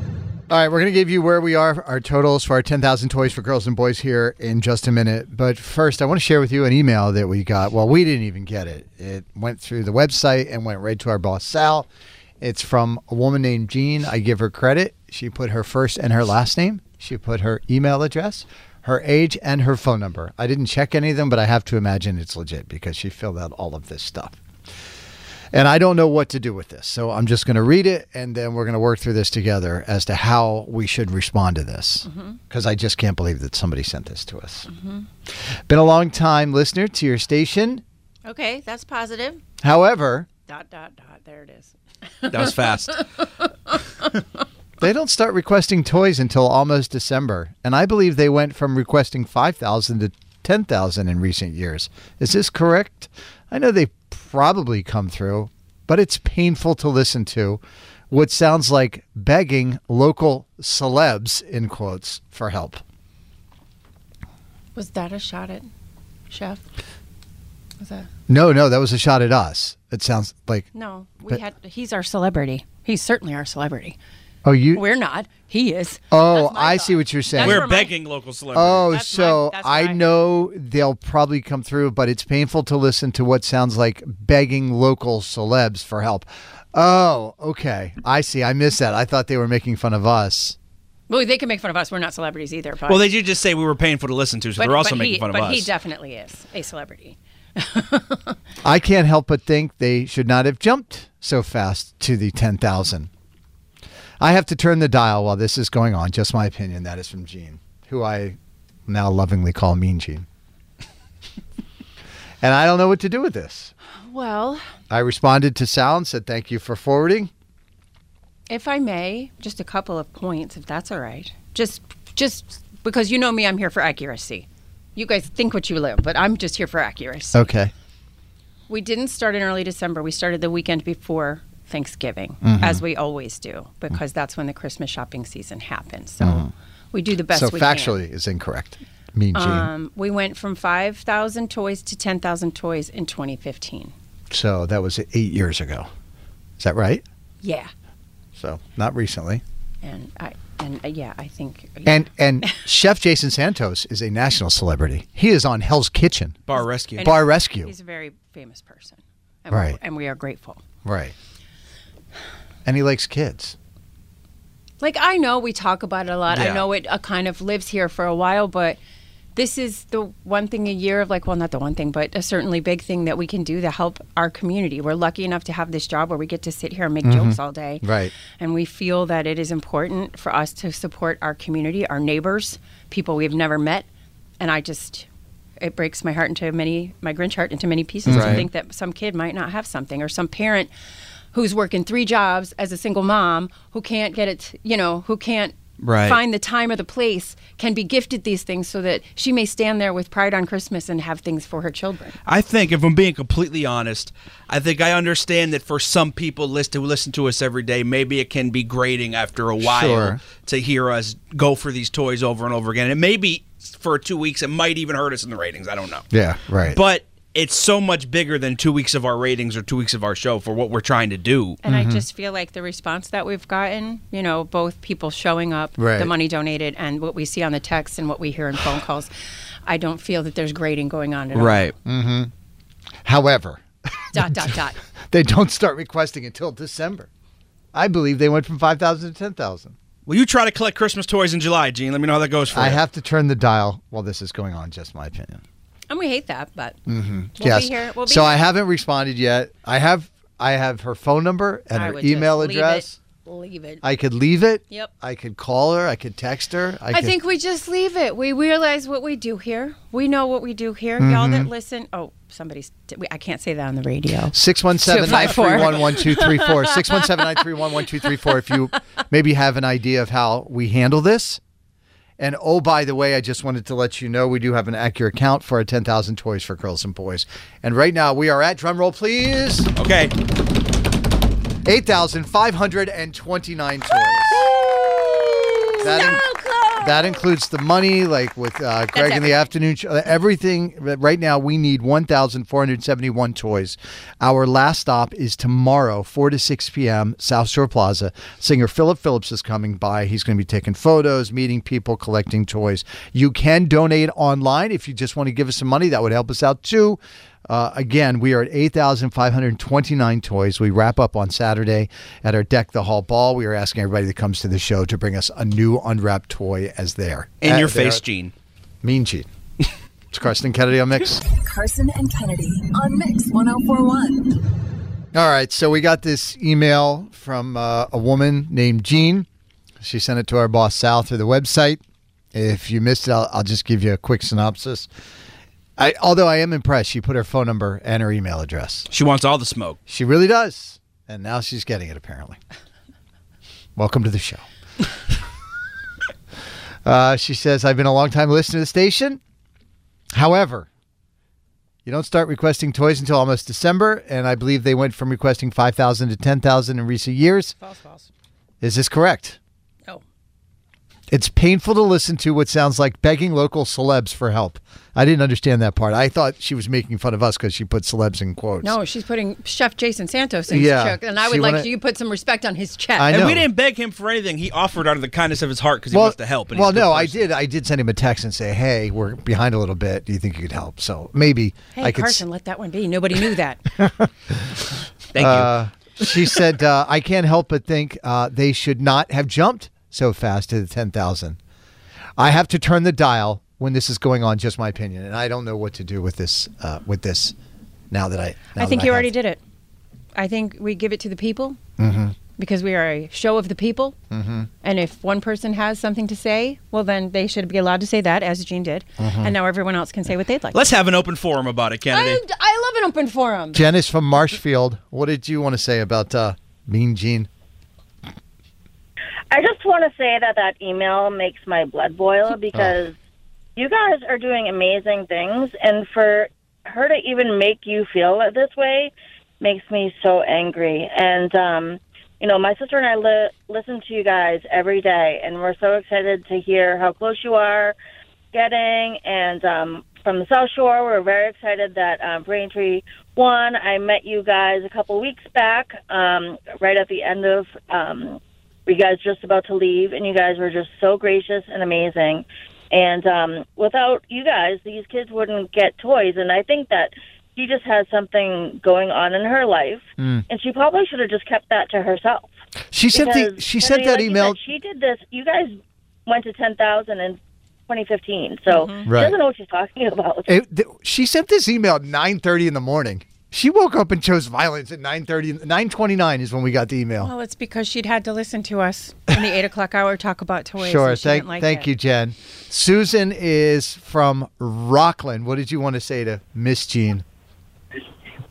S: All right, we're going to give you where we are, our totals for our 10,000 toys for girls and boys here in just a minute. But first, I want to share with you an email that we got. Well, we didn't even get it. It went through the website and went right to our boss, Sal. It's from a woman named Jean. I give her credit. She put her first and her last name, she put her email address, her age, and her phone number. I didn't check any of them, but I have to imagine it's legit because she filled out all of this stuff. And I don't know what to do with this. So I'm just going to read it and then we're going to work through this together as to how we should respond to this. Because I just can't believe that somebody sent this to us.
T: Mm-hmm.
S: Been a long time listener to your station.
T: Okay, that's positive.
S: However,
T: Dot dot dot. There it is.
U: That was fast.
S: they don't start requesting toys until almost December. And I believe they went from requesting 5,000 to 10,000 in recent years. Is this correct? I know they probably come through, but it's painful to listen to what sounds like begging local celebs, in quotes, for help.
T: Was that a shot at Chef? Was that?
S: No, no, that was a shot at us. It sounds like,
T: No, we
S: But-
T: had. He's our celebrity. He's certainly our celebrity.
S: oh, you.
T: We're not. He is.
S: Oh, I see what you're saying.
U: We're begging local celebrities.
S: Oh,
T: That's my-
S: so
T: that's
S: I
T: what I-
S: know they'll probably come through, but it's painful to listen to what sounds like begging local celebs for help. Oh, okay. I see. I missed that. I thought they were making fun of us.
T: Well, they can make fun of us. We're not celebrities either. But,
U: Well, they did just say we were painful to listen to, so
T: but-
U: they're also
T: but
U: making
T: he,
U: fun of
T: but
U: us.
T: he definitely is a celebrity.
S: I can't help but think they should not have jumped so fast to the 10,000. I have to turn the dial while this is going on. Just my opinion. That is from Gene, who I now lovingly call Mean Gene. and I don't know what to do with this.
T: Well,
S: I responded to Sal and said, Thank you for forwarding.
T: if I may, just a couple of points, if that's all right. Just, just because you know me, I'm here for accuracy. You guys think what you live, but I'm just here for accuracy.
S: Okay.
T: We didn't start in early December. We started the weekend before Thanksgiving,
S: Mhm.
T: as we always do, because that's when the Christmas shopping season happens. So
S: Mhm.
T: we do the best
S: so
T: we can.
S: factually is incorrect. Mean Gene.
T: Um, we went from 5,000 toys to 10,000 toys in 2015.
S: so that was eight years ago. Is that right?
T: Yeah.
S: So not recently.
T: And I and uh, yeah, I think
S: And and Chef Jason Santos is a national celebrity. He is on Hell's Kitchen.
U: Bar Rescue.
T: And
S: Bar Rescue.
T: He's a very famous person. And
S: Right.
T: we and we are grateful.
S: Right. And he likes kids.
T: Like I know we talk about it a lot.
S: Yeah.
T: I know it uh, kind of lives here for a while, but this is the one thing a year of like well not the one thing but a certainly big thing that we can do to help our community we're lucky enough to have this job where we get to sit here and make
C: Mhm.
T: jokes all day
C: Right.
T: and we feel that it is important for us to support our community our neighbors people we've never met and i just it breaks my heart into many my grinch heart into many pieces
C: Right.
T: to think that some kid might not have something or some parent who's working three jobs as a single mom who can't get it you know who can't
C: Right.
T: find the time or the place can be gifted these things so that she may stand there with pride on christmas and have things for her children
U: I think, if I'm being completely honest, I think I understand that for some people listen, who listen to us every day, maybe it can be grating after a while
S: Sure.
U: to hear us go for these toys over and over again. And maybe for two weeks, it might even hurt us in the ratings. I don't know.
S: Yeah, right.
U: But it's so much bigger than two weeks of our ratings or two weeks of our show for what we're trying to do.
T: and
S: Mm-hmm.
T: i just feel like the response that we've gotten you know both people showing up
U: Right.
T: the money donated and what we see on the text and what we hear in phone calls i don't feel that there's grading going on at all.
S: Mm-hmm. However,
T: dot dot dot
S: they don't start requesting until December. I believe they went from five thousand to ten thousand.
U: Will you try to collect Christmas toys in July, Gene? Let me know how that goes for
S: I
U: you.
S: have to turn the dial while this is going on. Just my opinion.
T: and we hate that but
S: Mm-hmm.
T: We'll
S: yes.
T: be here- we'll be
S: so I
T: here.
S: haven't responded yet. I have. I have her phone number and
T: I
S: her
T: would just
S: email
T: leave it.
S: address.
T: leave it
S: I could leave it.
T: Yep.
S: I could call her. I could text her. I,
T: I,
S: could,
T: think we just leave it. We realize what we do here. We know what we do here. Y'all that
S: Mhm.
T: listen. Oh, somebody's. we- I can't say that on the radio.
S: 617 931
T: 254.
S: 617-931-1234 if you maybe have an idea of how we handle this. And oh, by the way, I just wanted to let you know we do have an accurate count for our 10,000 toys for girls and boys. And right now we are at, drum roll please.
U: Okay.
S: 8,529 toys. That, in- that includes the money, like with uh, Greg in the afternoon show. Everything. Right now, we need 1,471 toys. Our last stop is tomorrow, 4 to 6 p.m., South Shore Plaza. Singer Philip Phillips is coming by. He's going to be taking photos, meeting people, collecting toys. You can donate online if you just want to give us some money. That would help us out too. Uh, again, we are at 8,529 toys. We wrap up on Saturday at our Deck the Hall Ball. We are asking everybody that comes to the show to bring us a new unwrapped toy as their.
U: In
S: uh,
U: your
S: their-
U: face, Gene.
S: Mean Gene. it's Carson Kennedy on Mix.
F: Carson and Kennedy on Mix 1041.
S: All right, so we got this email from uh, a woman named Jean. She sent it to our boss Sal through the website. If you missed it, I'll, I'll just give you a quick synopsis. I, although I am impressed, she put her phone number and her email address.
U: She wants all the smoke.
S: She really does, and now she's getting it apparently. Welcome to the show. uh, she says, "I've been a long time listener to the station. However, you don't start requesting toys until almost December, and I believe they went from requesting 5,000 to 10,000 in recent years.
T: False, false.
S: Is this correct?
T: No.
S: It's painful to listen to what sounds like begging local celebs for help. I didn't understand that part. I thought she was making fun of us because she put celebs in quotes.
T: No, she's putting Chef Jason Santos in
S: Yeah,
T: his check, and I would
S: she
T: like
S: wanna-
T: you to put some respect on his check.
S: I
U: And
S: know.
U: we didn't beg him for anything. He offered out of the kindness of his heart because he wants to help. And he's
S: well,
U: a good
S: no,
U: person.
S: I did. I did send him a text and say, "Hey, we're behind a little bit. Do you think you could help?" So maybe
T: Hey,
S: I could.
T: Carson, let that one be. Nobody knew that.
S: Thank you. she said, uh, "I can't help but think uh, they should uh, not have jumped so fast to the 10,000. I have to turn the dial when this is going on, just my opinion. And I don't know what to do with this, uh, with this now that I. now
T: I think
S: that
T: you
S: have-
T: already did it. I think we give it to the people
S: Mhm.
T: because we are a show of the people.
S: Mhm.
T: And if one person has something to say, well, then they should be allowed to say that, as Gene did.
S: Mhm.
T: And now everyone else can say what they'd like.
U: Let's have an open forum about it, Kennedy.
T: I, I love an open forum.
S: Janice from Marshfield, what did you want to say about uh, Mean Gene?
C: I just want to say that that email makes my blood boil because you guys are doing amazing things, and for her to even make you feel this way makes me so angry. And um, you know, my sister and I li- listen to you guys every day, and we're so excited to hear how close you are getting. And um, from the South Shore, we're very excited that um, Braintree won. I met you guys a couple weeks back, um, right at the end of. Um, you guys just about to leave, and you guys were just so gracious and amazing. And um, without you guys, these kids wouldn't get toys. And I think that she just has something going on in her life,
S: Mm.
C: and she probably should have just kept that to herself.
S: She sent the,
C: Because,
S: she sent
C: Kennedy,
S: that
C: like you
S: email.
C: said, she did this. You guys went to ten thousand in 2015, so
S: Right.
C: she doesn't know what she's talking about.
S: It, th- she sent this email at 9.30 in the morning. She woke up and chose violence at 9.30. 9.29 is when we got the email.
T: Well, it's because she'd had to listen to us in the eight o'clock hour talk about toys.
S: sure.
T: and she
S: Thank,
T: didn't like
S: thank
T: it.
S: you, Jen. Susan is from Rockland. What did you want to say to Miss Jean?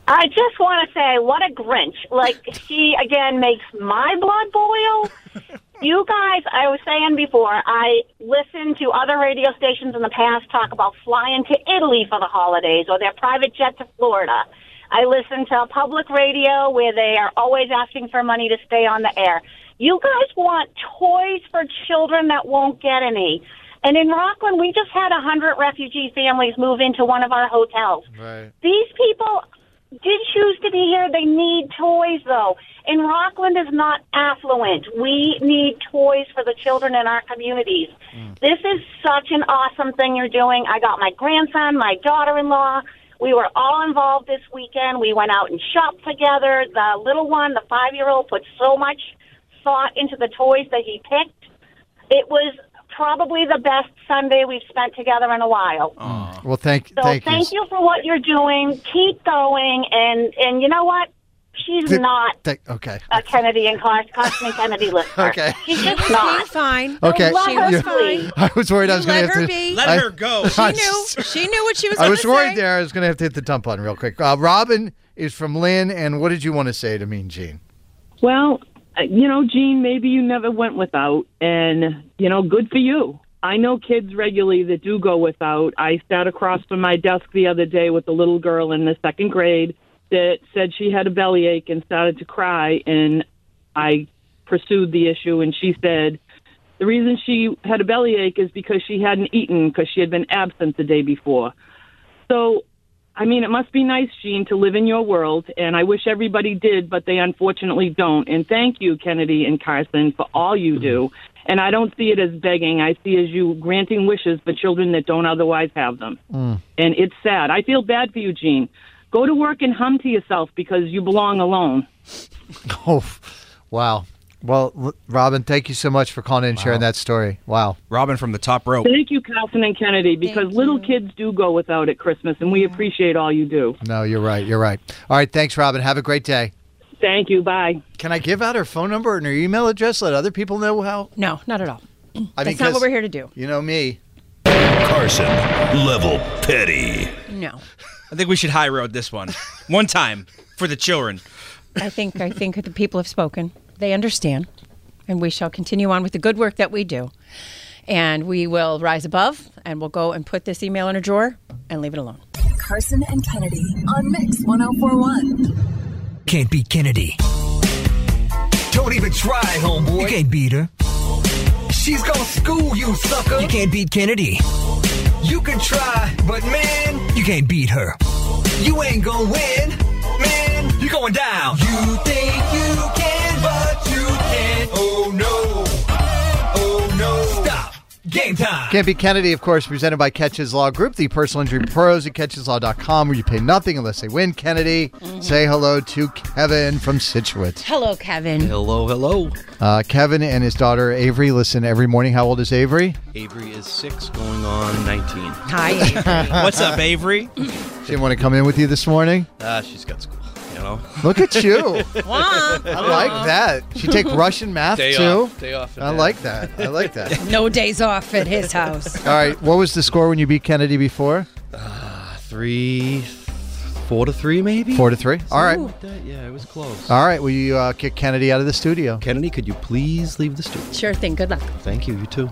E: I just want to say, what a Grinch! Like she again makes my blood boil. You guys, I was saying before, I listened to other radio stations in the past talk about flying to Italy for the holidays or their private jet to Florida. I listen to public radio where they are always asking for money to stay on the air. You guys want toys for children that won't get any. And in Rockland, we just had a 100 refugee families move into one of our hotels.
S: Right.
E: These people did choose to be here. They need toys, though. And Rockland is not affluent. We need toys for the children in our communities. This is such an awesome thing you're doing. I got my grandson, my daughter in law. We were all involved this weekend. We went out and shopped together. The little one, the five year old, put so much thought into the toys that he picked. It was probably the best Sunday we've spent together in a while.
S: Well, thank,
E: So
S: thank,
E: thank,
S: you.
E: you. for what you're doing. Keep going, and and you know what? She's
S: Th-
E: not
S: Thank- okay.
E: a Kennedy and Car- Carson Kennedy listener.
S: Okay.
E: she's just not.
T: fine.
S: Okay.
E: Love her
S: you-
E: fine.
S: I was worried I was going to
T: let
S: have
T: her
S: to.
T: be.
S: I- I
T: She knew. She knew what she was.
S: I
T: gonna
S: was worried
T: say.
S: there. I was going to have to hit the dump button real quick. Uh, Robin is from Lynn, and what did you want to say to Mean Gene?
G: Well, uh, you know, Gene, maybe you never went without, and, you know, good for you. I know kids regularly that do go without. I sat across from my desk the other day with a little girl in the second grade that said she had a bellyache and started to cry, and I pursued the issue, and she said the reason she had a bellyache is because she hadn't eaten because she had been absent the day before. So, I mean, it must be nice, Gene, to live in your world, and I wish everybody did, but they unfortunately don't. And thank you, Kennedy and Carson, for all you do. And I don't see it as begging. I see as you granting wishes for children that don't otherwise have them. And it's sad. I feel bad for you, Gene. Go to work and hum to yourself because you belong alone.
S: Oh, wow. Well, l- Robin, thank you so much for calling in and sharing that story. Wow.
U: Robin from the top
S: Oh.
U: rope.
G: Thank you, Carson and Kennedy, because little kids do go without at Christmas, and we appreciate all you do.
S: No, you're right. You're right. All right. Thanks, Robin. Have a great day.
G: Thank you. Bye.
S: Can I give out her phone number and her email address? Let other people know how.
T: No, not at all.
S: I mean,
T: That's not
S: 'cause
T: what we're here to do.
S: You know me.
U: Carson, level petty.
T: No,
U: I think we should high road this one. One time for the children.
T: I think I think the people have spoken. They understand, and we shall continue on with the good work that we do, and we will rise above, and we'll go and put this email in a drawer and leave it alone.
F: Carson and Kennedy on Mix 1041.
W: Can't beat Kennedy. Don't even try, homeboy. You can't beat her. She's gonna school you, sucker. You can't beat Kennedy. You can try, but man, you can't beat her. You ain't gonna win, man. You're going down. You think you can, but you can't. Oh no. Oh no. Stop. Game time.
S: Can't Beat Kennedy, of course, presented by Catches Law Group, the personal injury pros at catcheslaw.com, where you pay nothing unless they win. Kennedy,
T: Mm-hmm.
S: say hello to Kevin from Situate.
D: Hello, Kevin.
H: Hello, hello.
S: Uh, Kevin and his daughter Avery listen every morning. How old is Avery?
H: Avery is six, going on 19.
D: Hi, Avery.
U: What's up, Avery?
S: She didn't want to come in with you this morning.
H: Uh, she's got school, you know.
S: Look at you.
D: I
S: like that. She take Russian math
H: Day
S: too.
H: off, day off and
S: I
H: math.
S: like that. I like that.
D: No days off at his house.
S: All right. What was the score when you beat Kennedy before?
H: Uh, Three, four to three, maybe?
S: Four to three. All right.
H: Something like that. Yeah, it was close.
S: All right. Will you uh, kick Kennedy out of the studio?
H: Kennedy, could you please leave the studio?
D: Sure thing. Good luck.
H: Thank you, you too.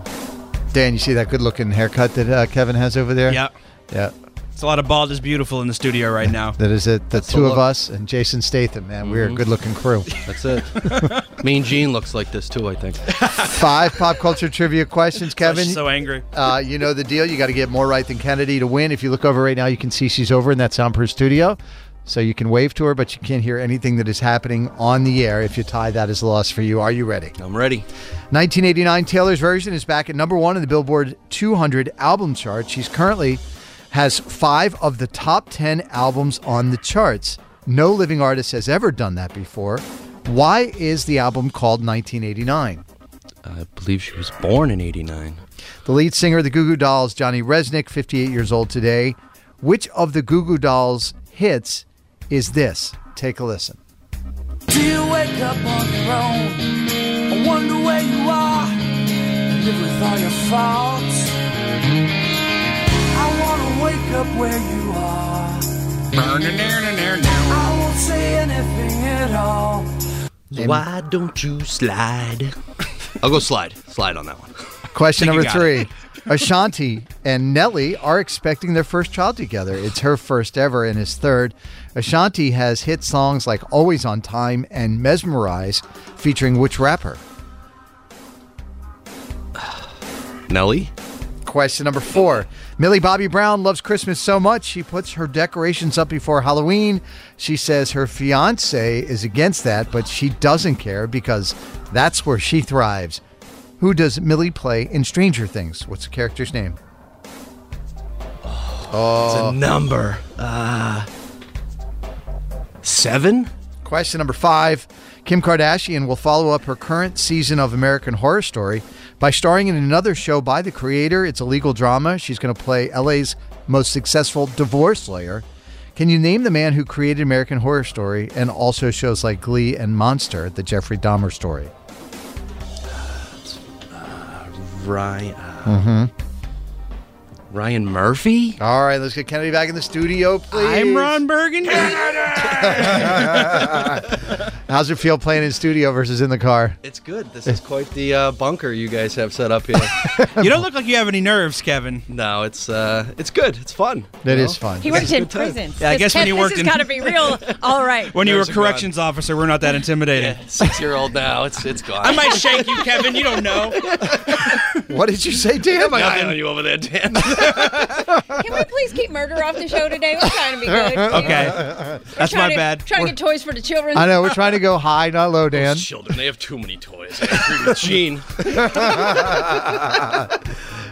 S: Dan, you see that good looking haircut that uh, Kevin has over there?
U: Yeah.
S: Yeah.
U: It's a lot of bald is beautiful in the studio right now.
S: That is it. The
U: That's the
S: two of
U: look.
S: us and Jason Statham, man. We're a
H: Mhm.
S: good looking crew.
H: That's it. mean Gene looks like this too, I think.
S: Five pop culture trivia questions, Kevin.
H: so angry.
S: Uh, you know the deal. You got to get more right than Kennedy to win. If you look over right now, you can see she's over in that soundproof studio. So you can wave to her, but you can't hear anything that is happening on the air. If you tie, that is a loss for you. Are you ready?
H: I'm ready.
S: 1989 Taylor's version is back at number one in the Billboard 200 album chart. She's currently has five of the top 10 albums on the charts. No living artist has ever done that before. Why is the album called 1989?
H: I believe she was born in 89.
S: The lead singer of the Goo Goo Dolls, Johnny Resnick, 58 years old today. Which of the Goo Goo Dolls hits is this? Take a listen.
W: Do you wake up on your own? I wonder where you are. and Live with all your faults. I wanna wake up where you are. I won't say anything at all.
H: Why don't you slide? I'll go slide. Slide on that one.
S: Question
H: I think
S: number
H: you got
S: three. Ashanti and Nelly are expecting their first child together. It's her first ever and his third. Ashanti has hit songs like Always on Time and Mesmerize, featuring which rapper?
H: Nelly?
S: Question number four. Millie Bobby Brown loves Christmas so much she puts her decorations up before Halloween. She says her fiance is against that, but she doesn't care because that's where she thrives. Who does Millie play in Stranger Things? What's the character's name? Oh,
H: It's a number. Uh, seven?
S: Question number five Kim Kardashian will follow up her current season of American Horror Story by starring in another show by the creator. It's a legal drama. She's going to play LA's most successful divorce lawyer. Can you name the man who created American Horror Story and also shows like Glee and Monster, the Jeffrey Dahmer story?
H: Ryan. Uh,
S: Mm-hmm.
H: Ryan Murphy?
S: All right, let's get Kennedy back in the studio, please.
H: I'm Ron
S: Burgundy. How's it feel playing in studio versus in the car?
H: It's good. This is quite the uh, bunker you guys have set up here.
U: You don't look like you have any nerves, Kevin.
H: No, it's uh, it's good. It's fun.
S: That
H: That
S: is
H: is
S: fun.
D: He worked in prison.
U: Yeah, I guess when you worked
D: this
U: in-
D: has got to be real. All right.
U: When you were
H: Nerves
U: a
H: are gone.
U: corrections officer, we're not that intimidated.
H: Six year old now. It's it's gone.
U: I might shake you, Kevin. You don't know.
S: What did you say, Dan?
H: Nothing on you over there, Dan.
D: Can we please keep murder off the show today? We're trying to be good.
U: Okay.
D: We're trying to- Trying to get toys for the children.
S: I know we're trying to go high, not low, Dan.
H: Children, they have too many toys. I agree with Gene.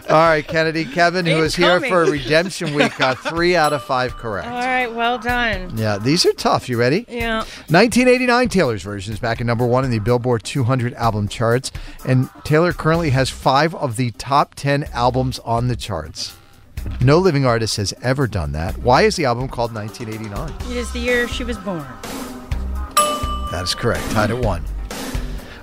S: All right, Kennedy. Kevin, who was here
T: Incoming.
S: for Redemption Week, got three out of five correct.
T: Oh. All right, well done.
S: Yeah, these are tough. You ready?
T: Yeah.
S: 1989 Taylor's version is back at number one in the Billboard 200 album charts, and Taylor currently has five of the top 10 albums on the charts. No living artist has ever done that. Why is the album called 1989?
T: It is the year she was born.
S: That is correct. Tied at one.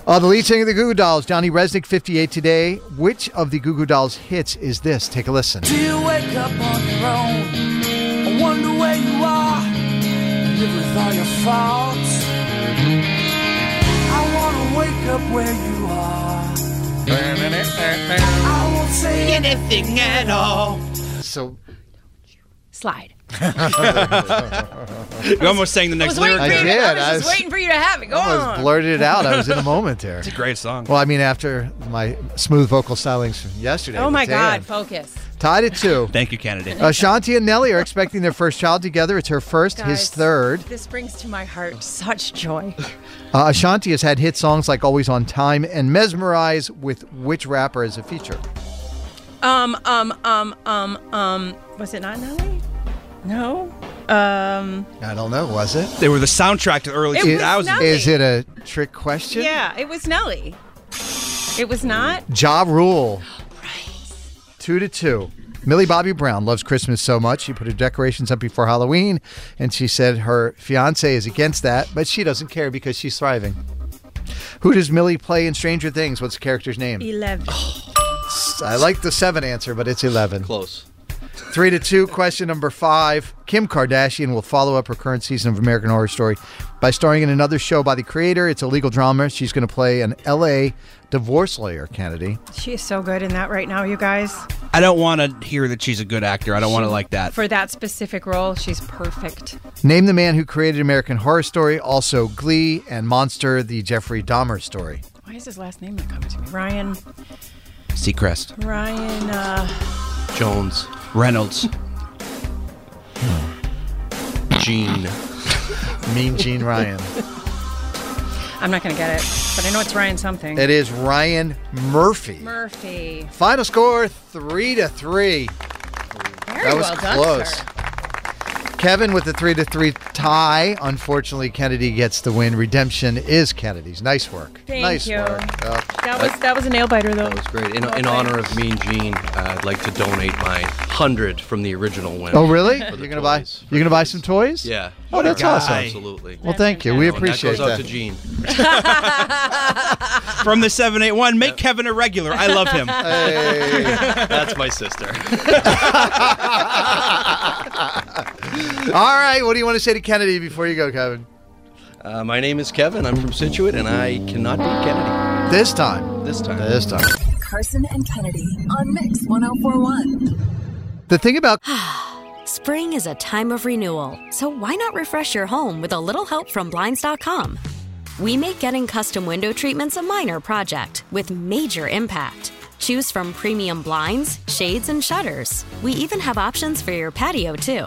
S: Uh, the lead singer of the Goo Goo Dolls, Johnny Resnick, 58 today. Which of the Goo Goo Dolls hits is this? Take a listen.
W: Do you wake up on your own? I wonder where you are. and Live with all your faults. I wanna wake up where you are.
L: uh,
W: I won't say anything at all.
S: So
D: Slide.
U: You almost sang the
D: I
U: next
D: was waiting
U: lyric.
D: for you.
S: I
D: to-
S: did.
D: I
S: I
D: was just
S: was-
D: waiting for you to have it. Go
S: almost
D: on.
S: blurted it out. I was in a moment there.
U: It's a great song.
S: Well, I mean, after my smooth vocal stylings from yesterday.
D: Oh
S: with
D: my
S: Dan.
D: God! Focus.
S: Tied at two.
U: Thank you, Kennedy.
S: Uh, Ashanti and Nelly are expecting their first child together. It's her first, his
D: Guys,
S: third.
D: This brings to my heart such joy.
S: Uh, Ashanti has had hit songs like Always on Time and Mesmerize with which rapper as a feature?
T: Um, um, um, um, um. Was it not Nelly? No. Um.
S: I don't know. Was it?
U: They were the soundtrack to the early
T: It was
U: 2000s.
T: nothing.
S: Is it a trick question?
T: Yeah, it was Nelly. It was not.
S: Ja Rule. Two to two. Millie Bobby Brown loves Christmas so much. She put her decorations up before Halloween, and she said her fiance is against that, but she doesn't care because she's thriving. Who does Millie play in Stranger Things? What's the character's name?
T: Eleven.
H: Oh,
S: I like the seven answer, but it's 11.
H: Close.
S: Three to two. Question number five. Kim Kardashian will follow up her current season of American Horror Story by starring in another show by the creator. It's a legal drama. She's going to play an LA divorce lawyer, Kennedy.
T: She is so good in that right now, you guys.
U: I don't want to hear that she's a good actor. I don't want to like
S: Uh,
U: that.
T: For that specific role, she's perfect.
S: Name the man who created American Horror Story, also Glee and Monster, the Jeffrey Dahmer story.
T: Why is his last name not coming to me? Ryan.
U: Seacrest,
T: Ryan. Uh,
H: Jones,
U: Reynolds,
H: Gene,
S: Mean Gene Ryan.
T: I'm not gonna get it, but I know it's Ryan something.
S: It is Ryan Murphy.
T: Murphy.
S: Final score three to three.
T: Very
S: that was
T: well done,
S: close.
T: sir.
S: Kevin with the three to three tie. Unfortunately, Kennedy gets the win. Redemption is Kennedy's. Nice work.
T: Thank
S: nice
T: you.
S: work. Oh.
T: That was that was a nail biter though. That
H: was great. In, in honor of Mean Gene, uh, I'd like to donate my hundred from the original win.
S: Oh, really?
H: For
S: You're
H: the
S: gonna buy
H: toys.
S: you're gonna buy some toys?
H: Yeah.
S: Oh, that's
H: Yeah,
S: awesome.
H: Absolutely. Oh,
S: Well, thank you. We
H: And
S: appreciate
H: that. Goes
S: that.
H: out to Gene.
U: from the 781. Make Kevin a regular. I love him.
H: That's my sister.
S: All right. What do you want to say to Kennedy before you go, Kevin?
H: Uh, my name is Kevin. I'm from Situate, and I cannot beat Kennedy.
S: This time.
H: This time.
S: This time.
F: Carson and Kennedy on Mix 1041.
S: The thing about
P: Spring is a time of renewal, so why not refresh your home with a little help from Blinds.com? We make getting custom window treatments a minor project with major impact. Choose from premium blinds, shades, and shutters. We even have options for your patio, too.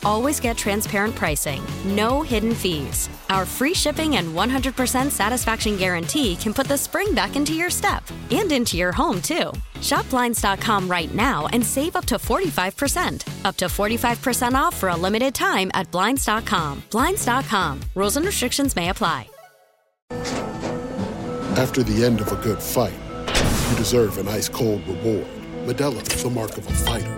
P: always get transparent pricing, no hidden fees. Our free shipping and 100% satisfaction guarantee can put the spring back into your step and into your home, too. Shop Blinds.com right now and save up to 45%. Up to 45% off for a limited time at Blinds.com. Blinds.com. Rules and restrictions may apply.
J: After the end of a good fight, you deserve an ice cold reward. Medella is the mark of a fighter.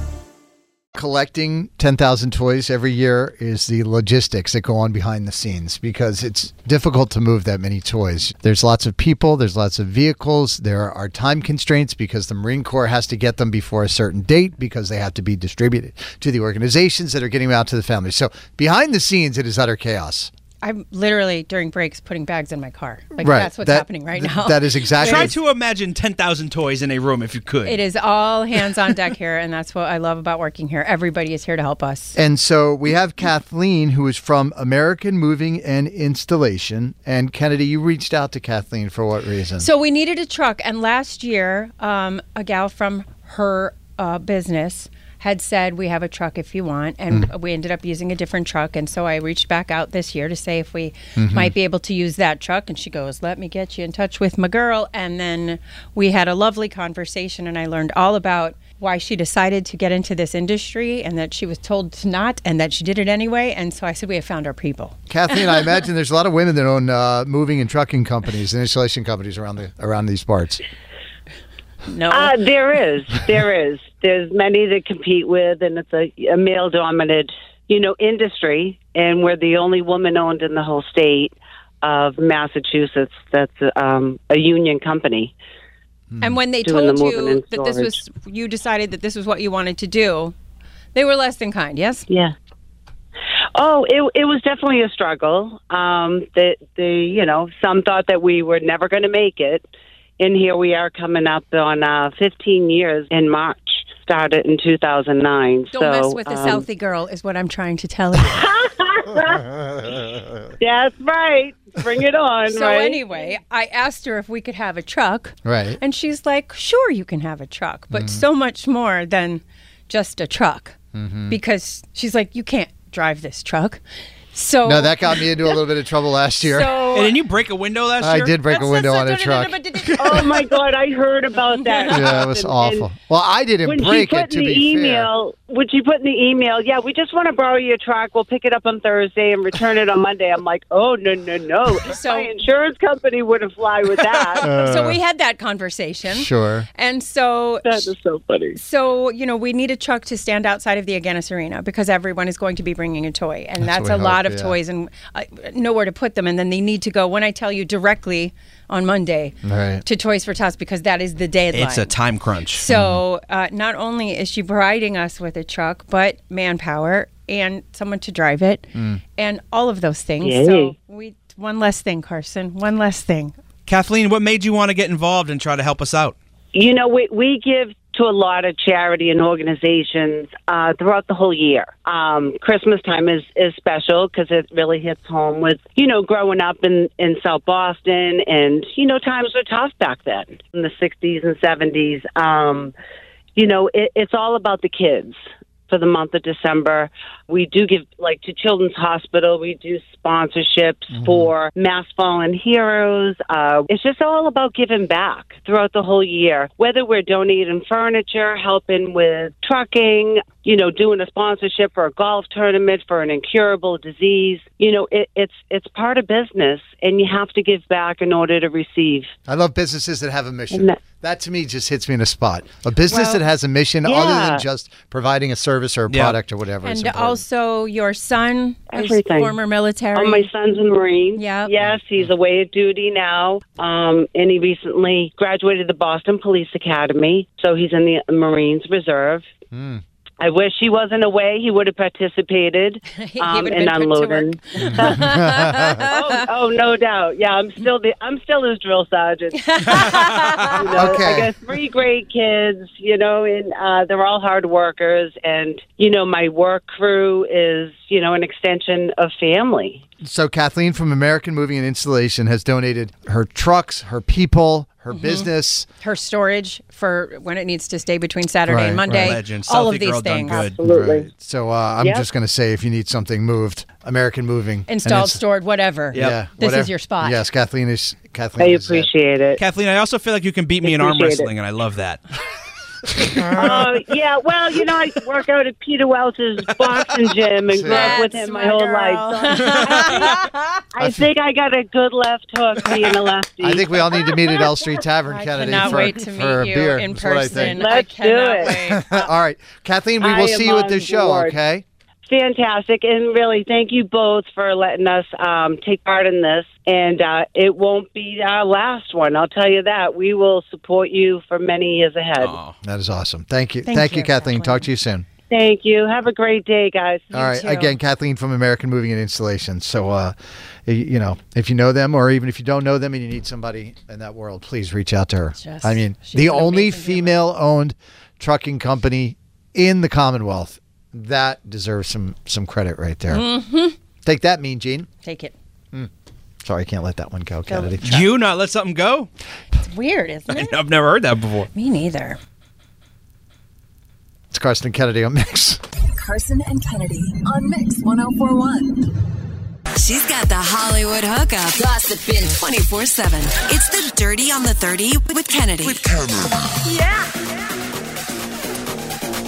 S: collecting 10,000 toys every year is the logistics that go on behind the scenes because it's difficult to move that many toys. There's lots of people, there's lots of vehicles, there are time constraints because the Marine Corps has to get them before a certain date because they have to be distributed to the organizations that are getting them out to the families. So behind the scenes, it is utter chaos.
T: I'm literally during breaks putting bags in my car. Like
S: Right.
T: that's what's
S: That-
T: happening right
S: th-
T: now.
S: that is exactly-
U: Try to imagine 10,000 toys in a room if you could.
T: It is all hands on deck here, and that's what I love about working here. Everybody is here to help us.
S: And so we have Kathleen, who is from American Moving and Installation. And Kennedy, you reached out to Kathleen for what reason?
T: So we needed a truck, and last year, um, a gal from her uh, business had said we have a truck if you want, and
S: Mm.
T: we ended up using a different truck. And so I reached back out this year to say if we
S: Mm-hmm.
D: Mhm.
T: might be able to use that truck. And she goes, "Let me get you in touch with my girl." And then we had a lovely conversation, and I learned all about why she decided to get into this industry and that she was told to not and that she did it anyway and so i said we have found our people
S: Kathleen, I imagine there's a lot of women that own uh, moving and trucking companies and installation companies around the around these parts.
T: No,
B: uh, there is, there is. There's many that compete with, and it's a, a male-dominated, you know, industry. And we're the only woman-owned in the whole state of Massachusetts. That's um, a union company.
T: And when they
B: Mm. Doing the
T: told
B: moving
T: you
B: and
T: that this was, you decided that this was what you wanted to do, they were less than kind, yes?
B: Yeah. Oh, it, it was definitely a struggle. Um, that the you know some thought that we were never going to make it, and here we are coming up on uh, 15 years in March. Started in 2009.
T: Don't
B: so,
T: mess with a
B: um,
T: Southie girl, is what I'm trying to tell
S: Mm-hmm.
T: you.
B: That's right. Bring it on.
T: so,
B: right?
T: anyway, I asked her if we could have a truck.
B: Right.
T: And she's like, sure, you can have a truck, but
S: Mm.
T: so much more than just a truck.
S: Mm-hmm.
T: Because she's like, you can't drive this truck. So,
S: No, that got me into a little bit of trouble last year.
T: So-
U: And then you break a window last
S: I
U: year?
S: did break a window on a truck.
B: oh my God, I heard about that.
S: Yeah, it was
B: And-
S: awful.
B: and
S: Well, I didn't
B: when she
S: break
B: put
S: it, to
B: in the
S: be fair.
B: email, When she put in the email, yeah, we just want to borrow your truck. We'll pick it up on Thursday and return it on Monday. I'm like, oh no, no, no.
T: So-
B: my insurance company wouldn't fly with that.
S: Uh,
D: Uh,
T: so we had that conversation.
B: Sure.
T: And so
B: That is so funny.
T: So you know, we need a truck to stand outside of the Aganis Arena because everyone is going to be bringing a toy, and
D: That's
T: that's,
D: what
T: a
D: we
T: lot
D: hope,
T: of
D: yeah.
T: toys and uh, nowhere to put them. And then they need to go when I tell you directly on Monday
U: Right.
T: to Toys for Tots because that is the deadline.
U: It's a time crunch.
T: So uh, not only is she providing us with a truck, but manpower and someone to drive it,
U: Mm.
T: and all of those things.
U: Yay.
T: So we one less thing, Carson. One less thing.
U: Kathleen, what made you want to get involved and try to help us out?
B: You know, we, we give to a lot of charity and organizations uh, throughout the whole year. Um, Christmas time is, is special because it really hits home with, you know, growing up in, in South Boston and, you know, times were tough back then in the 60s and 70s. Um, you know, it, it's all about the kids for the month of December. We do give, like, to Children's Hospital, we do sponsorships for Mass Fallen Heroes. Uh, it's just all about giving back throughout the whole year, whether we're donating furniture, helping with trucking, you know, doing a sponsorship for a golf tournament for an incurable disease. You know, it, it's it's part of business, and you have to give back in order to receive.
S: I love businesses that have a mission.
B: And that-
S: that to me just hits me in a spot. A business
T: Well,
S: that has a mission other
T: yeah.
S: than just providing a service or a product or whatever. is
T: And uh,
S: important.
T: also, your son
B: Everything.
T: is former military.
B: Oh, my son's a Marine. Yeah. Yes, he's away at duty now. Um, and he recently graduated the Boston Police Academy. So he's in the Marines Reserve.
S: Mm.
B: I wish he wasn't away. He would have participated
D: He
B: um,
D: would've
B: in
D: been put to
B: unloading. oh, oh, no doubt. Yeah, I'm still the I'm still his drill sergeant. You know, I
D: Okay.
B: got three great kids. You know, and uh, they're all hard workers. And you know, my work crew is you know an extension of family.
S: So Kathleen from American Moving and Installation has donated her trucks, her people, her
T: Mhm.
S: Mm-hmm. business.
T: her storage for when it needs to stay between Saturday
S: Right,
T: and Monday.
S: right. Legend.
T: All
S: Selfie
T: of these
S: girl done
T: things.
S: good. Right. So uh, I'm
T: Yep.
S: just going to say, if you need something moved, American Moving, and
T: Installed,
S: it's-
T: stored, whatever.
S: Yeah,
T: This
S: whatever.
T: is your spot.
S: Yes, Kathleen is. Kathleen. is it.
B: it.
U: Kathleen, I also feel like you can beat me in arm
B: Appreciate it.
U: wrestling, and I love that.
B: Oh yeah, well, you know, I work out at Peter Welch's boxing gym and grew up with
D: That's
B: him
D: my
B: my whole
D: girl.
B: life. So I, think, I think I got a good left hook being a lefty.
S: I think we all need to meet at L Street Tavern, Kennedy,
B: cannot
S: for,
B: wait to
S: for
B: meet
S: a
B: you
S: beer.
B: in
S: is what I
B: person.
S: think.
B: Let's do it.
S: all right, Kathleen, we
B: I
S: will see
B: am
S: you at
B: on
S: this show.
B: board.
S: Okay.
B: Fantastic, and really, thank you both for letting us um, take part in this. And uh, it won't be our last one. I'll tell you that. We will support you for many years ahead.
S: That is awesome. Thank you.
B: Thank
S: Thank, you,
B: you,
S: Kathleen. Talk to you soon.
B: Thank you. Have a great day, guys.
S: All right. Again, Kathleen from American Moving and Installation. So, uh, y- you know, if you know them or even if you don't know them and you need somebody in that world, please reach out to her.
I: Just-
S: I mean, the only female owned trucking company in the Commonwealth. That deserves some some credit right there.
T: Mhm.
S: Take that, Mean Gene.
T: Take it.
S: Sorry, I can't let that one go,
T: Go
S: Kennedy.
U: You not let something go?
T: It's weird, isn't it?
U: I've never heard that before.
T: Me neither.
S: Carson and Kennedy on Mix.
F: Carson and Kennedy on Mix 1041.
A: She's got the Hollywood hookup. Gossiping 24 7. It's the Dirty on the 30 with Kennedy. With Kennedy.
T: Yeah.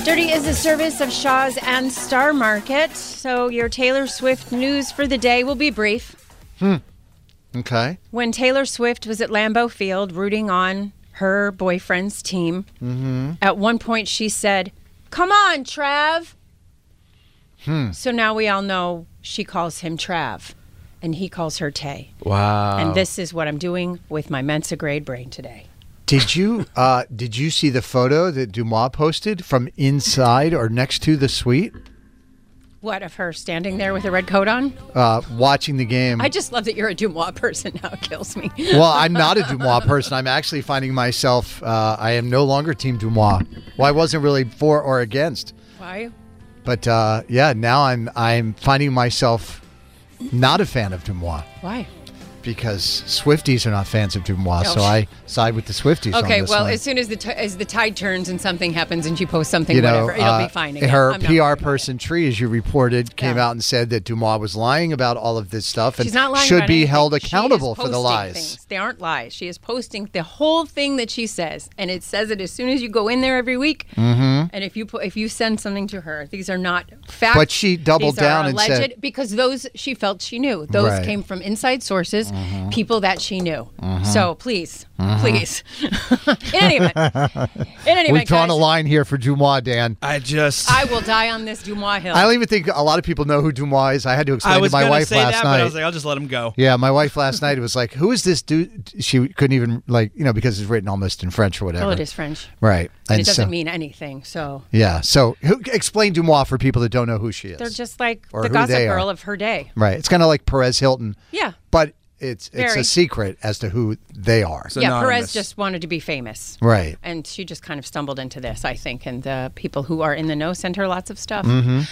T: Dirty is a service of Shaw's and Star Market. So your Taylor Swift news for the day will be brief.
S: Hmm. Okay.
T: When Taylor Swift was at Lambeau Field rooting on her boyfriend's team,
S: Mm-hmm.
T: at one point she said, Come on, Trav.
S: Hmm.
T: So now we all know she calls him Trav and he calls her Tay.
S: Wow.
T: And this is what I'm doing with my mensagrade brain today.
S: Did you uh, did you see the photo that Dumas posted from inside or next to the suite,
T: What of her standing there with a red coat on?
S: uh, watching the game?
T: I just love that you're a Dumois person now. It kills me.
S: well, I'm not a Dumois person. I'm actually finding myself. Uh, I am no longer Team Dumois. Well, I wasn't really for or against,
T: Why?
S: but uh, yeah, now I'm I'm finding myself not a fan of Dumois
T: Why?
S: because Swifties are not fans of Dumois.
T: Oh,
S: So
T: sh-
S: I side with the Swifties. on
T: Okay,
S: this
T: well,
S: one.
T: as soon as the t- as the tide turns and something happens and she posts something, whatever, it'll
S: uh,
T: be fine again.
S: Her
T: I'm not-
S: PR person, Tree, as you reported, came out and said that Dumas was lying about all of this stuff and
T: She's not lying
S: should
T: about
S: be
T: anything.
S: held
T: She is
S: accountable for the
T: posting
S: lies.
T: Things. They aren't lies. She is posting the whole thing that she says, and it says it as soon as you go in there every week.
S: Mhm.
T: And if you po- if you send something to her, these are not facts.
S: But she doubled
T: These are
S: down and
T: alleged,
S: said-
T: because those she felt she knew. Those
S: Right. Mm-hmm.
T: came from inside sources, people that she knew.
S: Mhm.
T: So please,
S: Mhm.
T: please. in any event, in any
S: We've
T: event,
S: drawn
T: guys,
S: a line here for Dumas, Dan.
U: I just.
T: I will die on this Dumois hill.
S: I don't even think a lot of people know who Dumas is. I had to
U: I
S: explain to
U: was
S: my
U: gonna
S: wife
U: say
S: last
U: that,
S: night.
U: but I was like, I'll just let him go.
S: yeah, my wife last night was like, "Who is this dude?" She couldn't even like, you know, because it's written almost in French or whatever.
T: Well, it is French,
S: right?
T: And, it doesn't
S: so,
T: mean anything. So
S: yeah. So, who, explain Dumas for people that don't know who she is.
T: they're just like
S: Or
T: the
S: who
T: gossip
S: they are.
T: girl of her day.
S: Right. It's kind of like Perez Hilton.
T: Yeah.
S: But it's it's
T: Very.
S: a secret as to who they are.
T: yeah, Perez just wanted to be famous.
S: Right.
T: And she just kind of stumbled into this, I think. And the people who are in the know send her lots of stuff.
S: Mm-hmm.
I: Mhm.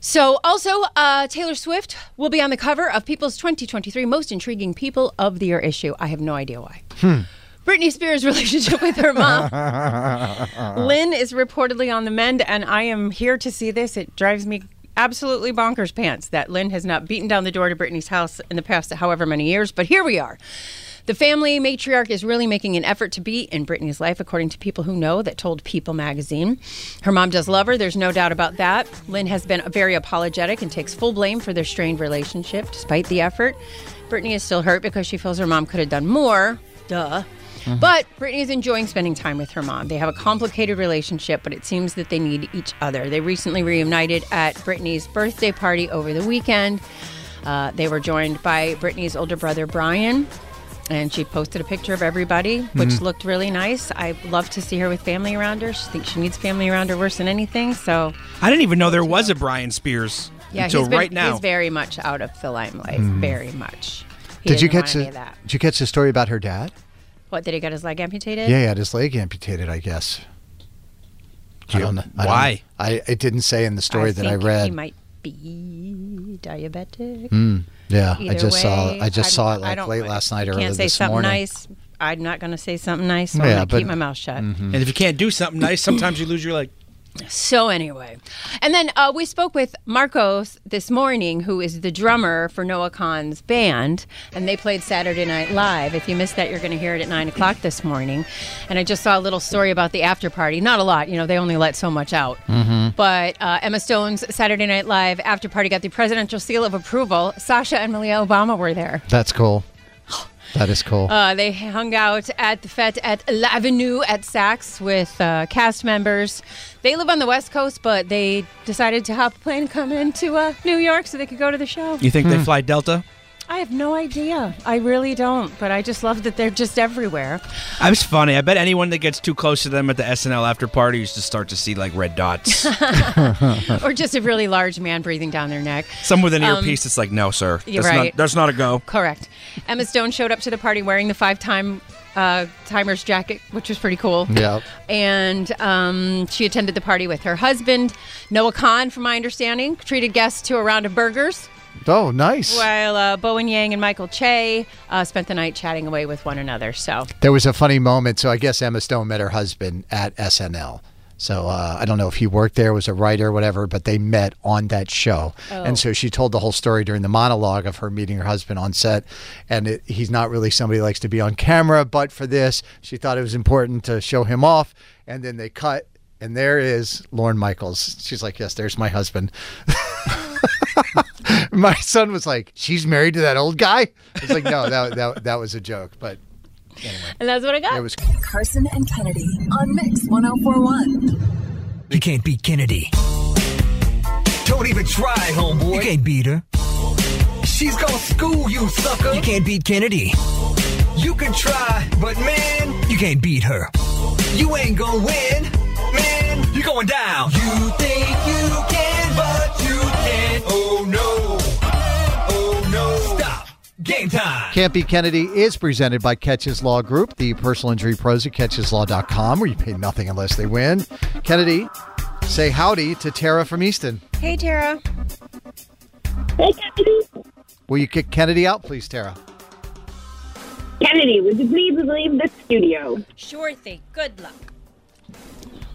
T: So, also, uh, Taylor Swift will be on the cover of People's 2023 Most Intriguing People of the Year issue. I have no idea why.
I: Hmm.
T: Britney Spears' relationship with her mom.
L: Uh-uh.
T: Lynn is reportedly on the mend, and I am here to see this. It drives me absolutely bonkers pants that Lynn has not beaten down the door to Brittany's house in the past however many years, but here we are. The family matriarch is really making an effort to be in Brittany's life, according to people who know that told People magazine. Her mom does love her, there's no doubt about that. Lynn has been very apologetic and takes full blame for their strained relationship despite the effort. Brittany is still hurt because she feels her mom could have done more. Duh.
S: Mm-hmm.
I: Mhm.
T: But Brittany is enjoying spending time with her mom. They have a complicated relationship, but it seems that they need each other. They recently reunited at Brittany's birthday party over the weekend. Uh, they were joined by Brittany's older brother, Brian, and she posted a picture of everybody, which
S: Mm-hmm.
I: Mhm.
T: looked really nice. I love to see her with family around her. She thinks she needs family around her worse than anything. So,
U: I didn't even know there was a Brian Spears
T: yeah,
U: until
T: he's been-
U: right now.
T: he's very much out of the limelight,
S: Mhm.
T: very much. He
S: Did you
T: doesn't
S: catch
T: want
S: the,
T: any of that?
S: Did you catch the story about her dad?
T: What did he get his leg amputated?
S: Yeah, he had his leg amputated. I guess. I don't know. I don't-
U: Why?
S: I it didn't say in the story
T: I
S: that I
T: think He
S: read.
T: might be diabetic.
S: Mm, yeah, I
T: Either
S: just saw.
T: way,
S: I just saw it
T: I
S: like
T: don't-
S: late last night
T: you
S: or
T: can't
S: early
T: say
S: this
T: something
S: morning.
T: nice. I'm not going to say something nice. So
S: Yeah,
T: I'm going to
S: but- Mm-hmm.
T: keep my mouth shut.
U: And if you can't do something nice, sometimes you lose your leg.
T: So anyway, and then uh, we spoke with Marcos this morning, who is the drummer for Noah Khan's band, and they played Saturday Night Live. If you missed that, you're going to hear it at nine o'clock this morning. And I just saw a little story about the after party. Not a lot, you know. They only let so much out.
I: Mm-hmm.
T: But uh, Emma Stone's Saturday Night Live after party got the presidential seal of approval. Sasha and Malia Obama were there.
S: That's cool. That is cool.
T: Uh, they hung out at the fete at L'Avenue at Saks with uh, cast members. They live on the West Coast, but they decided to hop a plane and come into uh, New York so they could go to the show.
U: You think they fly Delta?
T: I have no idea. I really don't, but I just love that they're just everywhere.
U: I was funny. I bet anyone that gets too close to them at the SNL after party used to start to see like red dots.
T: or just a really large man breathing down their neck.
U: Some with an
T: Um,
U: earpiece, it's like, no, sir.
T: you're
U: That's,
T: right.
U: not, that's not a go.
T: Correct. Emma Stone showed up to the party wearing the five time uh, timers jacket, which was pretty cool.
I: Yeah.
T: And um, she attended the party with her husband, Noah Khan, from my understanding, treated guests to a round of burgers.
S: oh, nice.
T: While uh, Bowen Yang and Michael Che uh, spent the night chatting away with one another. So
S: There was a funny moment. So I guess Emma Stone met her husband at SNL. So uh, I don't know if he worked there, was a writer, whatever, but they met on that show.
Z: Oh.
S: And so she told the whole story during the monologue of her meeting her husband on set. And it, he's not really somebody who likes to be on camera, but for this, she thought it was important to show him off. And then they cut, and there is Lauren Michaels. She's like, Yes, there's my husband. my son was like, She's married to that old guy? I was like, No, that, that, that was a joke. But
D: And that's what I got.
S: it was
F: Carson and Kennedy on Mix 1041.
W: You can't beat Kennedy. Don't even try, homeboy. You can't beat her. She's gonna school you, sucker. You can't beat Kennedy. You can try, but man, You can't beat her. you ain't gonna win. Man, you're going down. You think you can, but you can't. Oh no. Oh no. Stop. Game time.
S: Can't Be Kennedy is presented by Catches Law Group, the personal injury pros at catcheslaw.com, where you pay nothing unless they win. Kennedy, say howdy to Tara from Easton.
T: Hey, Tara.
S: Will you kick Kennedy out, please, Tara?
X: Kennedy, would you please leave the studio?
D: Sure thing. Good luck.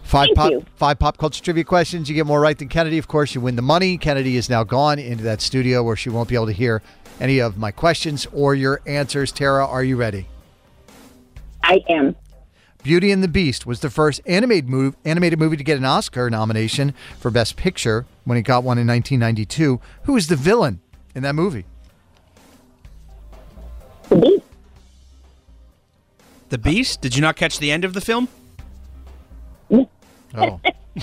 S: Five
X: Thank
S: pop,
X: you.
S: five pop culture trivia questions. You get more right than Kennedy, of course. You win the money. Kennedy is now gone into that studio where she won't be able to hear any of my questions or your answers. Tara, are you ready?
X: I am.
S: Beauty and the Beast was the first animated move, animated movie to get an Oscar nomination for Best Picture when it got one in 1992. Who is the villain in that movie?
U: The Beast? Did you not catch the end of the film?
S: Oh.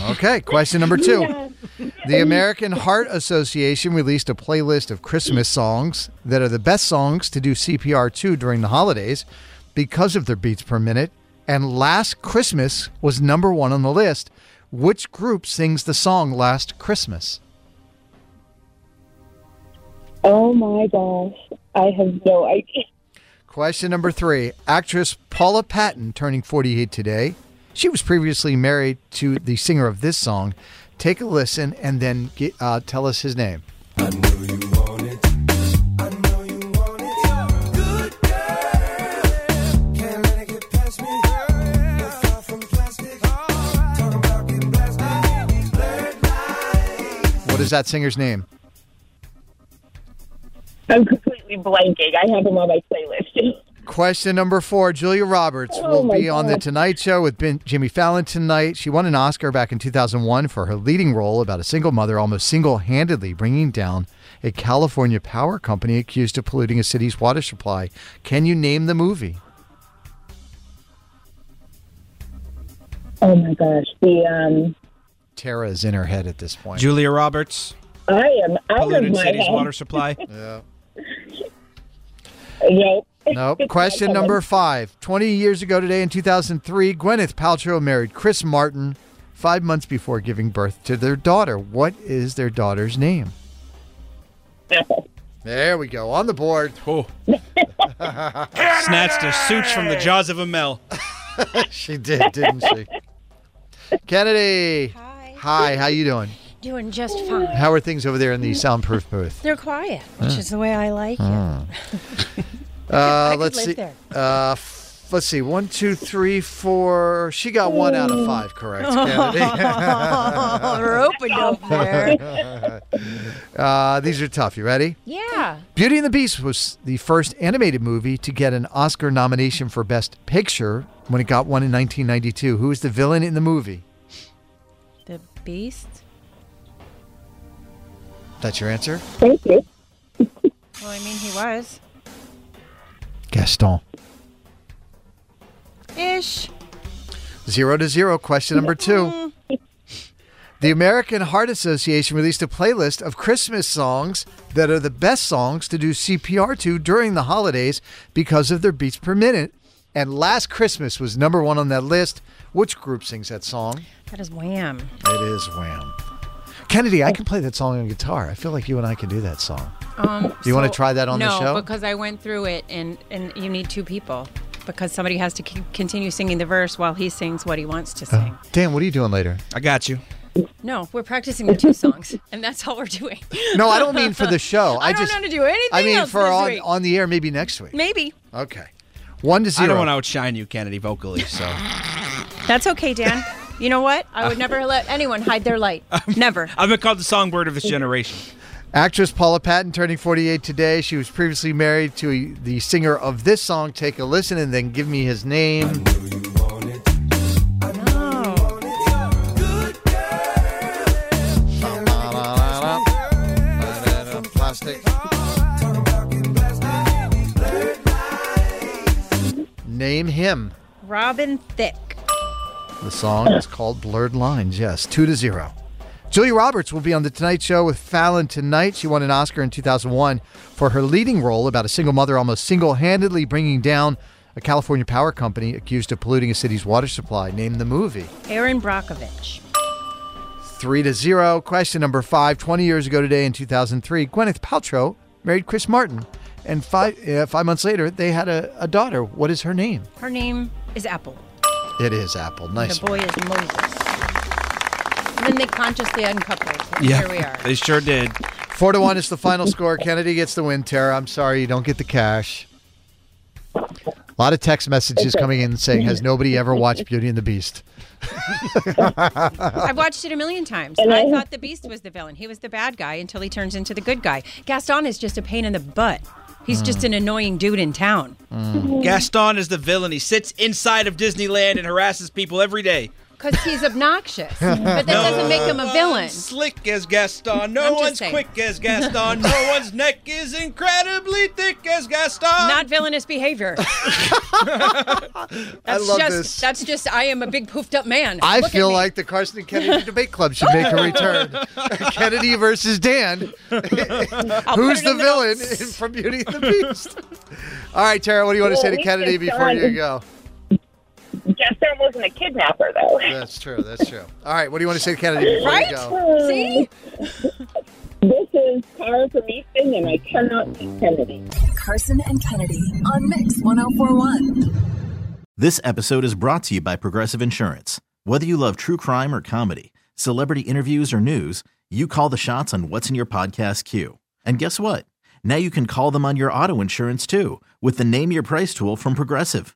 S: Okay, question number two. The American Heart Association released a playlist of Christmas songs that are the best songs to do CPR to during the holidays because of their beats per minute. And Last Christmas was number one on the list. Which group sings the song Last Christmas?
X: Oh my gosh, I have no idea.
S: Question number three. Actress Paula Patton turning 48 today. She was previously married to the singer of this song. Take a listen and then get, uh, tell us his name. What is that singer's name?
X: I'm completely blanking. I have him on my playlist.
S: Question number four Julia Roberts
X: Oh,
S: will
X: my
S: be on The
X: God.
S: Tonight Show with ben, Jimmy Fallon tonight. She won an Oscar back in 2001 for her leading role about a single mother almost single handedly bringing down a California power company accused of polluting a city's water supply. Can you name the movie?
X: Oh my gosh, the um,
S: Tara is in her head at this point.
U: Julia Roberts,
X: I am out of
U: polluted
X: my
U: city's
X: head.
U: water supply.
S: Yeah.
X: Yep.
S: Nope. Question number five. 20 years ago today in 2003, Gwyneth Paltrow married Chris Martin five months before giving birth to their daughter. What is their daughter's name? There we go. On the board.
U: Oh. Snatched a suits from the jaws of a Mel.
S: she did, didn't she? Kennedy. Hi. Hi. How you doing?
D: Doing just fine.
S: How are things over there in the soundproof booth?
D: They're quiet, which
S: Mm.
D: is the way I like
S: Hmm.
D: I
S: Uh,
D: could
S: let's
D: live
S: see.
D: there.
S: Uh, f- let's see. One, two, three, four. She got one out of five correct, Kennedy.
D: We're open up there.
S: uh, these are tough. You ready?
D: Yeah.
S: Beauty and the Beast was the first animated movie to get an Oscar nomination for Best Picture when it got one in 1992. Who is the villain in the movie?
D: The beast.
S: That's your answer?
X: Thank you.
D: Well, I mean, he was
S: Gaston.
D: ish.
S: Zero to zero. Question number
D: Hmm.
S: two. The American Heart Association released a playlist of Christmas songs that are the best songs to do CPR to during the holidays because of their beats per minute. And Last Christmas was number one on that list. Which group sings that song?
D: That is wham.
S: It is Wham. Kennedy, I can play that song on guitar. I feel like you and I can do that song.
D: Um,
S: Do you wanna try that on the
D: no,
S: show?
D: because I went through it, and and you need two people because somebody has to c- continue singing the verse while he sings what he wants to sing.
S: Dan, what are you doing later?
U: I got you.
D: No, we're practicing the two songs, and that's all we're doing.
S: No, I don't mean for the show. I,
D: I don't
S: just
D: know to do anything
S: I mean
D: else
S: for
D: this
S: on
D: week.
S: on the air maybe next week.
D: Maybe.
S: Okay. One to
U: I
S: zero.
U: don't want to outshine you, Kennedy, vocally. So
D: That's okay, Dan. You know what? I would never let anyone hide their light. Never.
U: I've been called the songbird of this generation.
S: Actress Paula Patton turning 48 today. She was previously married to the singer of this song, Take a Listen, and then Give Me His Name. Name him.
D: Robin Thicke.
S: The song is called Blurred Lines. Yes, two to zero. Julia Roberts will be on The Tonight Show with Fallon tonight. She won an Oscar in 2001 for her leading role about a single mother almost single handedly bringing down a California power company accused of polluting a city's water supply. Name the movie.
D: Aaron Brockovich.
S: Three to zero. Question number five. 20 years ago today in 2003, Gwyneth Paltrow married Chris Martin. And five, uh, five months later, they had a, a daughter. What is her name?
D: Her name is Apple.
S: It is Apple. Nice.
D: The boy is Moses. And then they consciously uncoupled. And Here we are.
U: They sure did.
S: Four to one is the final score. Kennedy gets the win. Tara, I'm sorry you don't get the cash. A lot of text messages coming in saying, "Has nobody ever watched Beauty and the Beast?"
D: I've watched it a million times. I thought the Beast was the villain. He was the bad guy until he turns into the good guy. Gaston is just a pain in the butt. He's just an annoying dude in town.
T: Mm.
U: Gaston is the villain. He sits inside of Disneyland and harasses people every day.
D: Because he's obnoxious. but that doesn't make him a villain.
U: Slick as Gaston. No
D: I'm just
U: one's
D: saying.
U: quick as Gaston. No one's neck is incredibly thick as Gaston.
D: Not villainous behavior. that's
S: love
D: just
S: this.
D: that's just I am a big poofed up man.
S: I
D: Look at
S: feel
D: me.
S: like the Carson and Kennedy debate club should make a return. Kennedy versus Dan. Who's
D: put it
S: the
D: in the
S: villain in from Beauty and the Beast? All right, Tara, what do you want to
X: Well,
S: say to
X: at least
S: Kennedy
X: it's
S: before you
X: done.
S: go?
X: Gaston wasn't a kidnapper, though.
S: That's true. That's true. All right, what do you want to say to Kennedy before you go?
X: See? this is Tara from Easton, and I cannot be Kennedy.
F: Carson and Kennedy on Mix 1041.
Z: This episode is brought to you by Progressive Insurance. Whether you love true crime or comedy, celebrity interviews or news, you call the shots on what's in your podcast queue. And guess what? Now you can call them on your auto insurance too with the Name Your Price tool from Progressive.